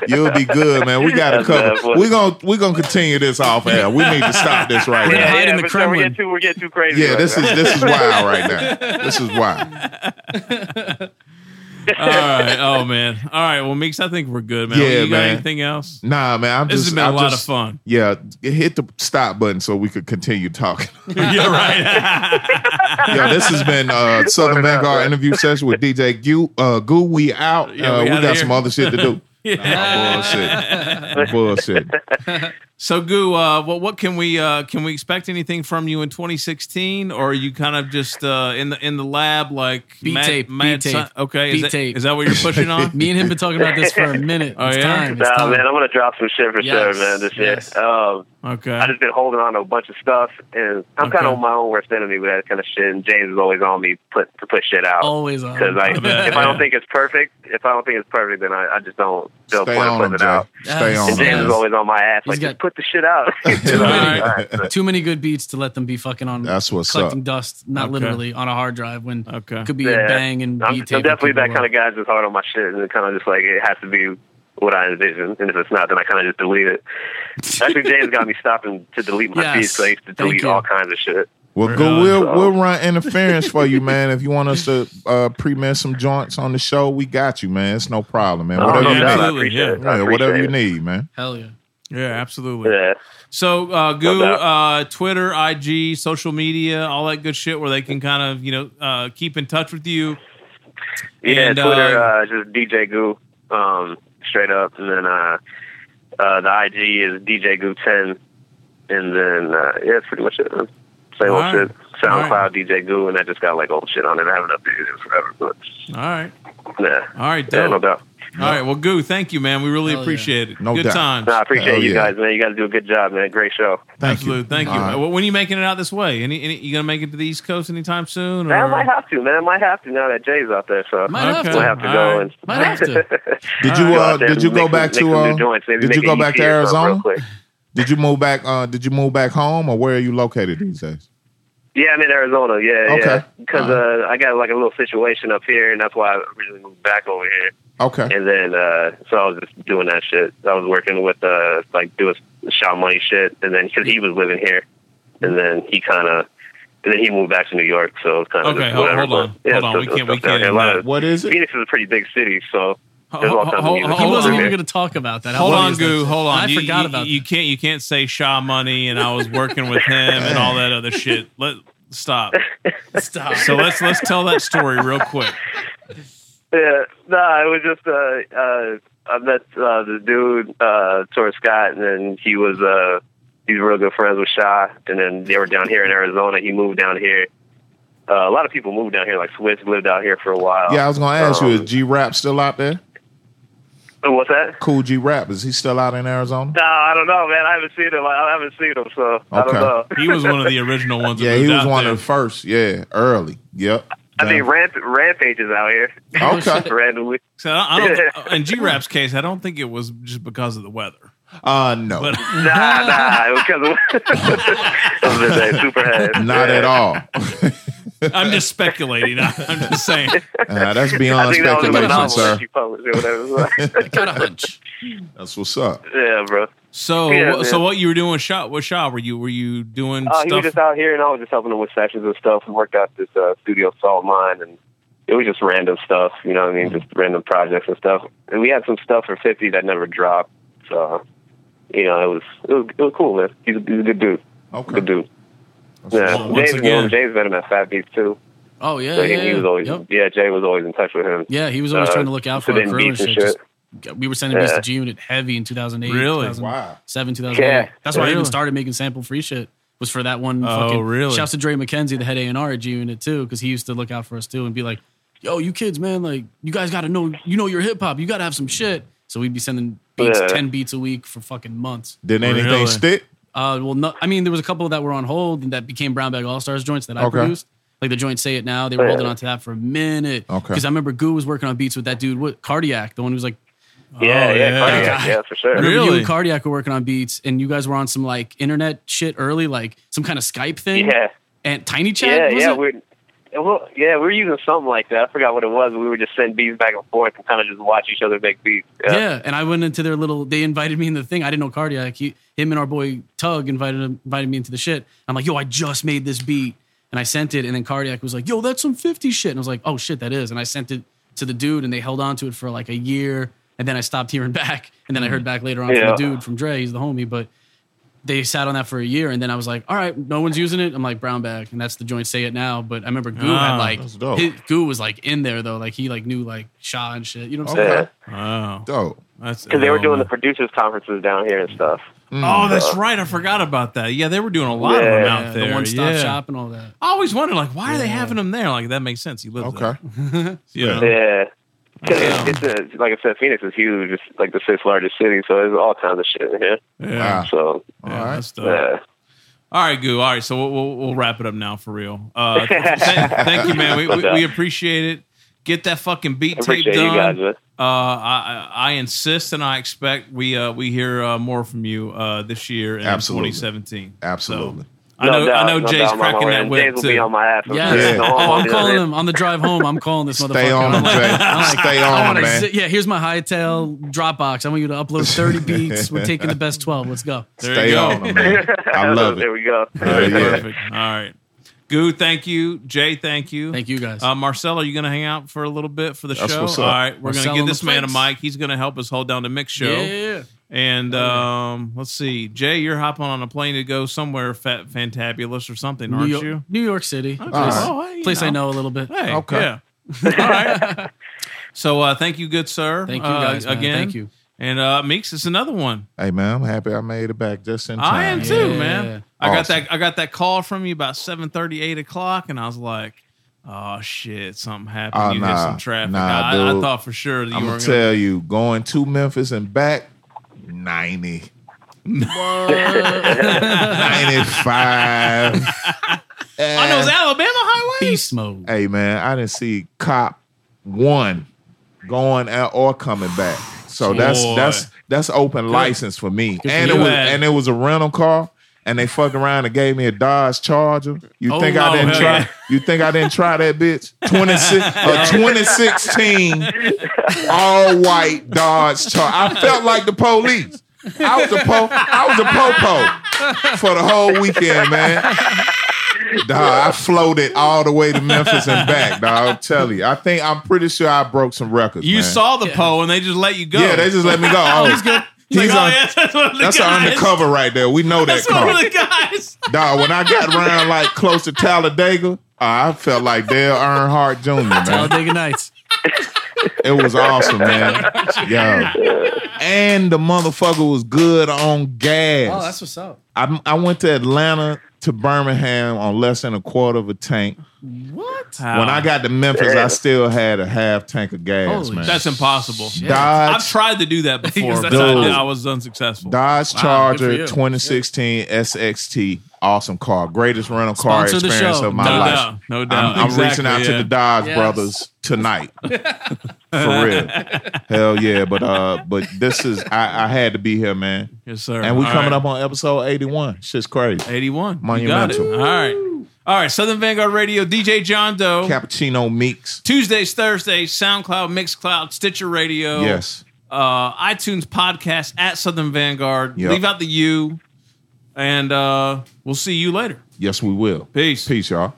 You'll be good, man. We got a
That's bad,
couple.
boy.
We're gonna we're gonna continue this off air. We need to stop this right
Yeah.
now.
hide in the
but then We
Kremlin.
get too, we get too crazy.
Yeah,
right
this
now.
is this is wild right now. This is wild.
All right. Oh man. All right. Well, Meeks, I think we're good, man.
Yeah,
you got
man.
anything else?
Nah, man. I'm
This
just,
has been a
I'm
lot
just-
of fun.
Yeah, hit the stop button so we could continue talking.
You're right.
yeah, this has been uh, Southern Vanguard interview session with DJ Goo. Uh, Goo, we out.
Yeah,
uh,
we
we
outta
got
here.
some other shit to do. Nah, bullshit. bullshit.
so, Goo, uh, what what can we uh, can we expect anything from you in 2016, or are you kind of just uh, in the in the lab like
Beat tape, beat
sci-
tape,
okay, is
beat
that,
tape.
is that what you're pushing on?
Me and him been talking about this for a minute.
Oh,
It's
yeah?
time. It's
Nah,
time.
man, I'm gonna drop some shit for sure,
Yes,
man. This
yes.
year, um,
Okay.
I just been holding on to a bunch of stuff, and I'm
Okay.
kind of my own worst enemy with that kind of shit. And James is always on me put to put shit out.
Always on.
Because like,
bet,
if I
yeah.
don't think it's perfect, if I don't think it's perfect, then I, I just don't don't
Stay
point
on
putting
him,
it
Jay.
out.
Stay
Yes.
on
And James
Yes.
is
him.
always on my ass, like,
got-
just put the shit out.
Too
many-
Too many good beats to let them be fucking on.
That's what's
collecting
up.
dust, not
Okay.
literally on a hard drive when
Okay.
it could be
Yeah.
a bang and
I'm,
beat
I'm
tape.
definitely that kind of guy, just hard on my shit, and kind of just like it has to be what I envision. And if it's not, then I kind of just delete it. Actually, James got me stopping to delete my
Yes.
feeds, so I used to
Thank
delete
you.
all kinds of shit.
Well,
Right
Goo, we'll
on.
we'll run interference for you, man. If you want us to uh, pre-med some joints on the show, we got you, man. It's no problem, man.
Oh,
Whatever
no
you
doubt, I
need,
Absolutely,
appreciate
yeah.
it. I
yeah,
appreciate
whatever you
it.
need, man.
Hell yeah.
yeah, absolutely.
Yeah.
So, uh, Goo,
doubt.
uh, Twitter, IG, social media, all that good shit, where they can kind of you know uh, keep in touch with you.
Yeah,
And,
Twitter,
uh,
uh, just DJ Goo, um, straight up, and then uh, uh, the IG is DJ Goo ten, and then uh, yeah, that's pretty much it. man. Same
All
old
right.
shit.
All right.
SoundCloud, DJ Goo, and I just got like old shit on it. I haven't updated it forever, but
All right,
yeah,
all right,
yeah,
Oh.
no
dope.
doubt.
all right. Well, Goo, thank you, man. We really
Hell yeah.
appreciate it.
No
good
doubt.
times.
No, I appreciate
Hell
you
yeah.
guys, man. You guys do a good job, man. Great show.
Thank
Absolutely,
you.
thank you.
All right.
Well, when are you making it out this way? Any, any you gonna make it to the East Coast anytime soon? Or?
Man, I might have to, man. I might have to now that Jay's out there, so
Might have
Okay.
we'll
to.
have to
All
go
right.
and
Might have to.
Did
All
you
go
uh,
out there
did
and
you go
make
back
some,
to
make some new
uh,
joints. Maybe
did you
make it
go back to
easier or something real
Arizona?
quick.
Did you move back? Uh, did you move back home, or where are you located these days?
Yeah, I'm in Arizona. Yeah,
Okay.
yeah. Because
All
uh, I got like a little situation up here, and that's why I originally moved back over here.
Okay.
And then, uh, so I was just doing that shit. I was working with, uh, like, doing shot money shit, and then because he was living here, and then he kind of, and then he moved back to New York. So it was kind of
Okay,
just
hold-
whatever.
hold on.
but, yeah,
Hold on.
so-
We can't- we
so-
can't
A lot of,
What is it?
Phoenix is a pretty big city, so
Ho-
there's all
ho-
kinds
ho-
of music.
ho-
He
Hold
wasn't
on.
even going to talk about that. How
Hold
funny
on,
is that?
Goo. Hold on.
I
you,
forgot
you-
about
you. Can't you can't say Shaw Money and I was working with him and all that other shit. Let stop.
that. Stop.
So let's let's tell that story real quick.
Yeah, nah, it was just uh, uh, I met uh, the dude uh, Tor Scott, and then he was uh, he's real good friends with Shaw, and then they were down here in Arizona. He moved down here. Uh, a lot of people moved down here. Like Swiss lived out here for a while.
Yeah, I was gonna ask
Um,
you, is G Rap still out there?
Oh, What's that?
Cool G Rap, is he still out in Arizona?
No, I don't know, man. I haven't seen him. I haven't seen him, so I don't
Okay.
know.
He was one of the original ones. that
Yeah, he
moved
was
out
one
there.
of the first. Yeah, early. Yep.
I mean, Ramp Rampage is out here
okay.
randomly.
So I don't, I don't, in G Rap's case, I don't think it was just because of the weather.
Uh, no,
But
Nah, nah, because of super head.
not at all.
I'm just speculating. I, I'm just saying.
Uh, that's
I
beyond
think that was a
speculation,
novel
sir.
that you published or whatever.
I got a hunch.
That's what's up.
yeah, bro. Uh,
So,
Yeah,
so
man.
what you were doing with Shaw? What Shaw were you? Were you doing
Uh, he was
stuff?
just out here, and I was just helping him with sessions and stuff. We worked out this uh, studio salt mine, and it was just random stuff. You know, what I mean, just random projects and stuff. And we had some stuff for fifty that never dropped. So, you know, it was it was, it was cool, man. He's a, he's a good dude. Good
Okay.
dude. Yeah,
Once
Jay's, you know,
again.
Jay's been in that Fat Beats too.
Oh yeah,
So
yeah,
he, he was
yeah.
always,
Yep.
yeah, Jay was always in touch with him.
yeah. He was always
uh,
trying to look out for our
sitting
crew and
beats and
shit. Just- we were sending beats
Yeah.
to G Unit heavy in 2008,
Really?
2007, 2008.
Yeah.
That's why I even
Really?
started making sample free shit. Was for that one.
Oh,
fucking,
really?
Shouts to Dre McKenzie, the head A and R at G Unit too, because he used to look out for us too and be like, "Yo, you kids, man, like you guys got to know, you know your hip hop, you got to have some shit." So we'd be sending beats,
Yeah.
ten beats a week for fucking months.
Did anything
Really?
stick?
Uh, well, no, I mean, there was a couple that were on hold and that became Brown Bag All Stars joints that I
Okay.
produced. Like the joint "Say It Now," they were
Oh, Yeah.
holding on to that for a minute.
Okay.
Because I remember Goo was working on beats with that dude, what Cardiac, the one who's like,
Yeah,
Oh, yeah.
yeah, Cardiac,
God.
yeah, for sure.
I remember you
Really?
and Cardiac were working on beats, and you guys were on some like internet shit early, like some kind of Skype thing.
Yeah,
And Tiny
yeah,
Chat. was
yeah.
it?
We're, well, yeah, we were using something like that. I forgot what it was. We were just sending beats back and forth and kind of just watch each other make beats.
yeah. And I went into their little. They invited me in the thing. I didn't know Cardiac. He, him and our boy Tug invited him, invited me into the shit. I'm like, yo, I just made this beat, and I sent it. And then Cardiac was like, yo, that's some 50 shit. And I was like, oh shit, that is. And I sent it to the dude, and they held on to it for like a year. And then I stopped hearing back. And then I heard back later on
Yeah.
from the dude from Dre. He's the homie, but. They sat on that for a year, and then I was like, "All right, no one's using it." I'm like brown bag, and that's the joint. Say it now, but I remember Goo had
Ah,
like
that's dope.
his, Goo was like in there though, like he like knew like Shaw and shit. You know what I'm saying?
Yeah.
Wow.
Dope.
Oh, That's
Because they were doing the
man.
producers' conferences down here and stuff.
Oh, that's right. I forgot about that. Yeah, they were doing a lot of them
Yeah.
out there.
the one stop
yeah.
shop and all that.
I always wondered, like, why are they having them there? Like, that makes sense. He lives
Okay.
there. You know?
Yeah. 'Cause It's, it's a, like I said, Phoenix is huge. It's like the sixth largest city, so there's all kinds of shit in here.
Yeah.
Wow.
So,
All
Yeah,
right.
that's dope.
yeah.
All right, Goo. All right, so we'll, we'll, we'll wrap it up now for real. Uh, th- thank you, man. We, we, we appreciate it. Get that fucking beat tape
Appreciate you
done.
guys, man.
Uh, I, I I insist and I expect we uh, we hear uh, more from you uh, this year and in
Absolutely.
2017. So,
Absolutely.
I know
doubt,
I know
no
Jay's
doubt, my
cracking
homie.
that
And
whip
James will
too.
be on my ass.
Yeah.
Yeah.
No,
Oh, I'm
doing
calling
it.
him on the drive home. I'm calling this motherfucker.
Stay on
I'm
him,
like,
Jay.
I'm like,
Stay
I
on
wanna
him, man.
sit- yeah, here's my hightail Dropbox. I want you to upload 30 beats. We're taking the best 12. Let's go.
There you
Stay
go.
on him, man. I love
There
it.
we go.
Hell yeah.
Perfect. All right. Goo, thank you. Jay, thank you.
Thank you guys.
Uh, Marcel, are you going to hang out for a little bit for the
That's
show?
what's
All
up.
right, we're going
Marcel
to give
on the
this man a
plates.
mic. He's going to help us hold down the mix show.
yeah, yeah, Oh, yeah.
And um, let's see, Jay, you're hopping on a plane to go somewhere fat, fantabulous or something,
New
aren't
York,
you?
New York City.
Okay.
right.
Well, hey, you
Place I know a little bit.
Hey,
Okay.
yeah. All right. So uh, thank you, good sir.
Thank you
uh,
guys. man.
again.
Thank you.
And uh, Meeks, it's another one.
Hey man, I'm happy I made it back just in time.
I am too,
Yeah.
man. I got
Awesome.
that. I got that call from you about 7:30, 8 o'clock, and I was like, "Oh shit, something happened.
Oh,
you hit
nah.
some traffic."
Nah,
I, I
dude.
thought for sure that you
I'm
were
gonna
going
tell you, going to Memphis and back, 90. 95.
I know it's Alabama highway.
Beast mode.
Hey man, I didn't see cop one going out or coming back. So that's
Boy.
that's that's open license for me.
for
and
you,
it was
man.
and it was a rental car. And they fucked around and gave me a Dodge Charger. You
Oh,
think
no,
I didn't
hell
try?
yeah.
You think I didn't try that bitch? Twenty six, a twenty sixteen, all white Dodge Charger. I felt like the police. I was a po. I was a popo for the whole weekend, man. Dog, I floated all the way to Memphis and back. Dog, I'll tell you. I think I'm pretty sure I broke some records.
You
man.
saw the poll, and they just let you go.
Yeah, they just let me go. Oh, he's
Like, oh,
on-
yeah, that's one of the
That's an
guys.
undercover right there. We know that
That's one
car.
of the guys.
Dog, when I got around like close to Talladega, uh, I felt like Dale Earnhardt Jr. Man,
Talladega Nights.
it was awesome, man. Yo, and the motherfucker was good on gas.
Oh, that's what's up.
I, I went to Atlanta to Birmingham on less than a quarter of a tank.
What?
When
Ah.
I got to Memphis, I still had a half tank of gas,
Holy
man.
that's impossible. I've
Dodge,
tried to do that before, but
Dude.
I, did- I was unsuccessful.
Dodge
good for you.
Charger 2016 SXT. Awesome car. Greatest rental car
Sponsor the
experience
show.
of my
no
life.
doubt, no doubt.
I'm, I'm reaching
Exactly,
out to
yeah.
the Dodge
Yes.
brothers tonight. For real. Hell yeah. But uh but this is I, I had to be here, man.
Yes, sir.
And we
All
coming
right.
up on episode 81. Shit's crazy.
81.
Monumental.
You got it. All right. All right. Southern Vanguard Radio, DJ John Doe.
Cappuccino Meeks.
Tuesdays, Thursdays, SoundCloud, Mixcloud, Stitcher Radio.
Yes.
Uh, iTunes podcast at Southern Vanguard.
Yep.
Leave out the U. And uh, we'll see you later.
Yes, we will.
Peace.
Peace, y'all.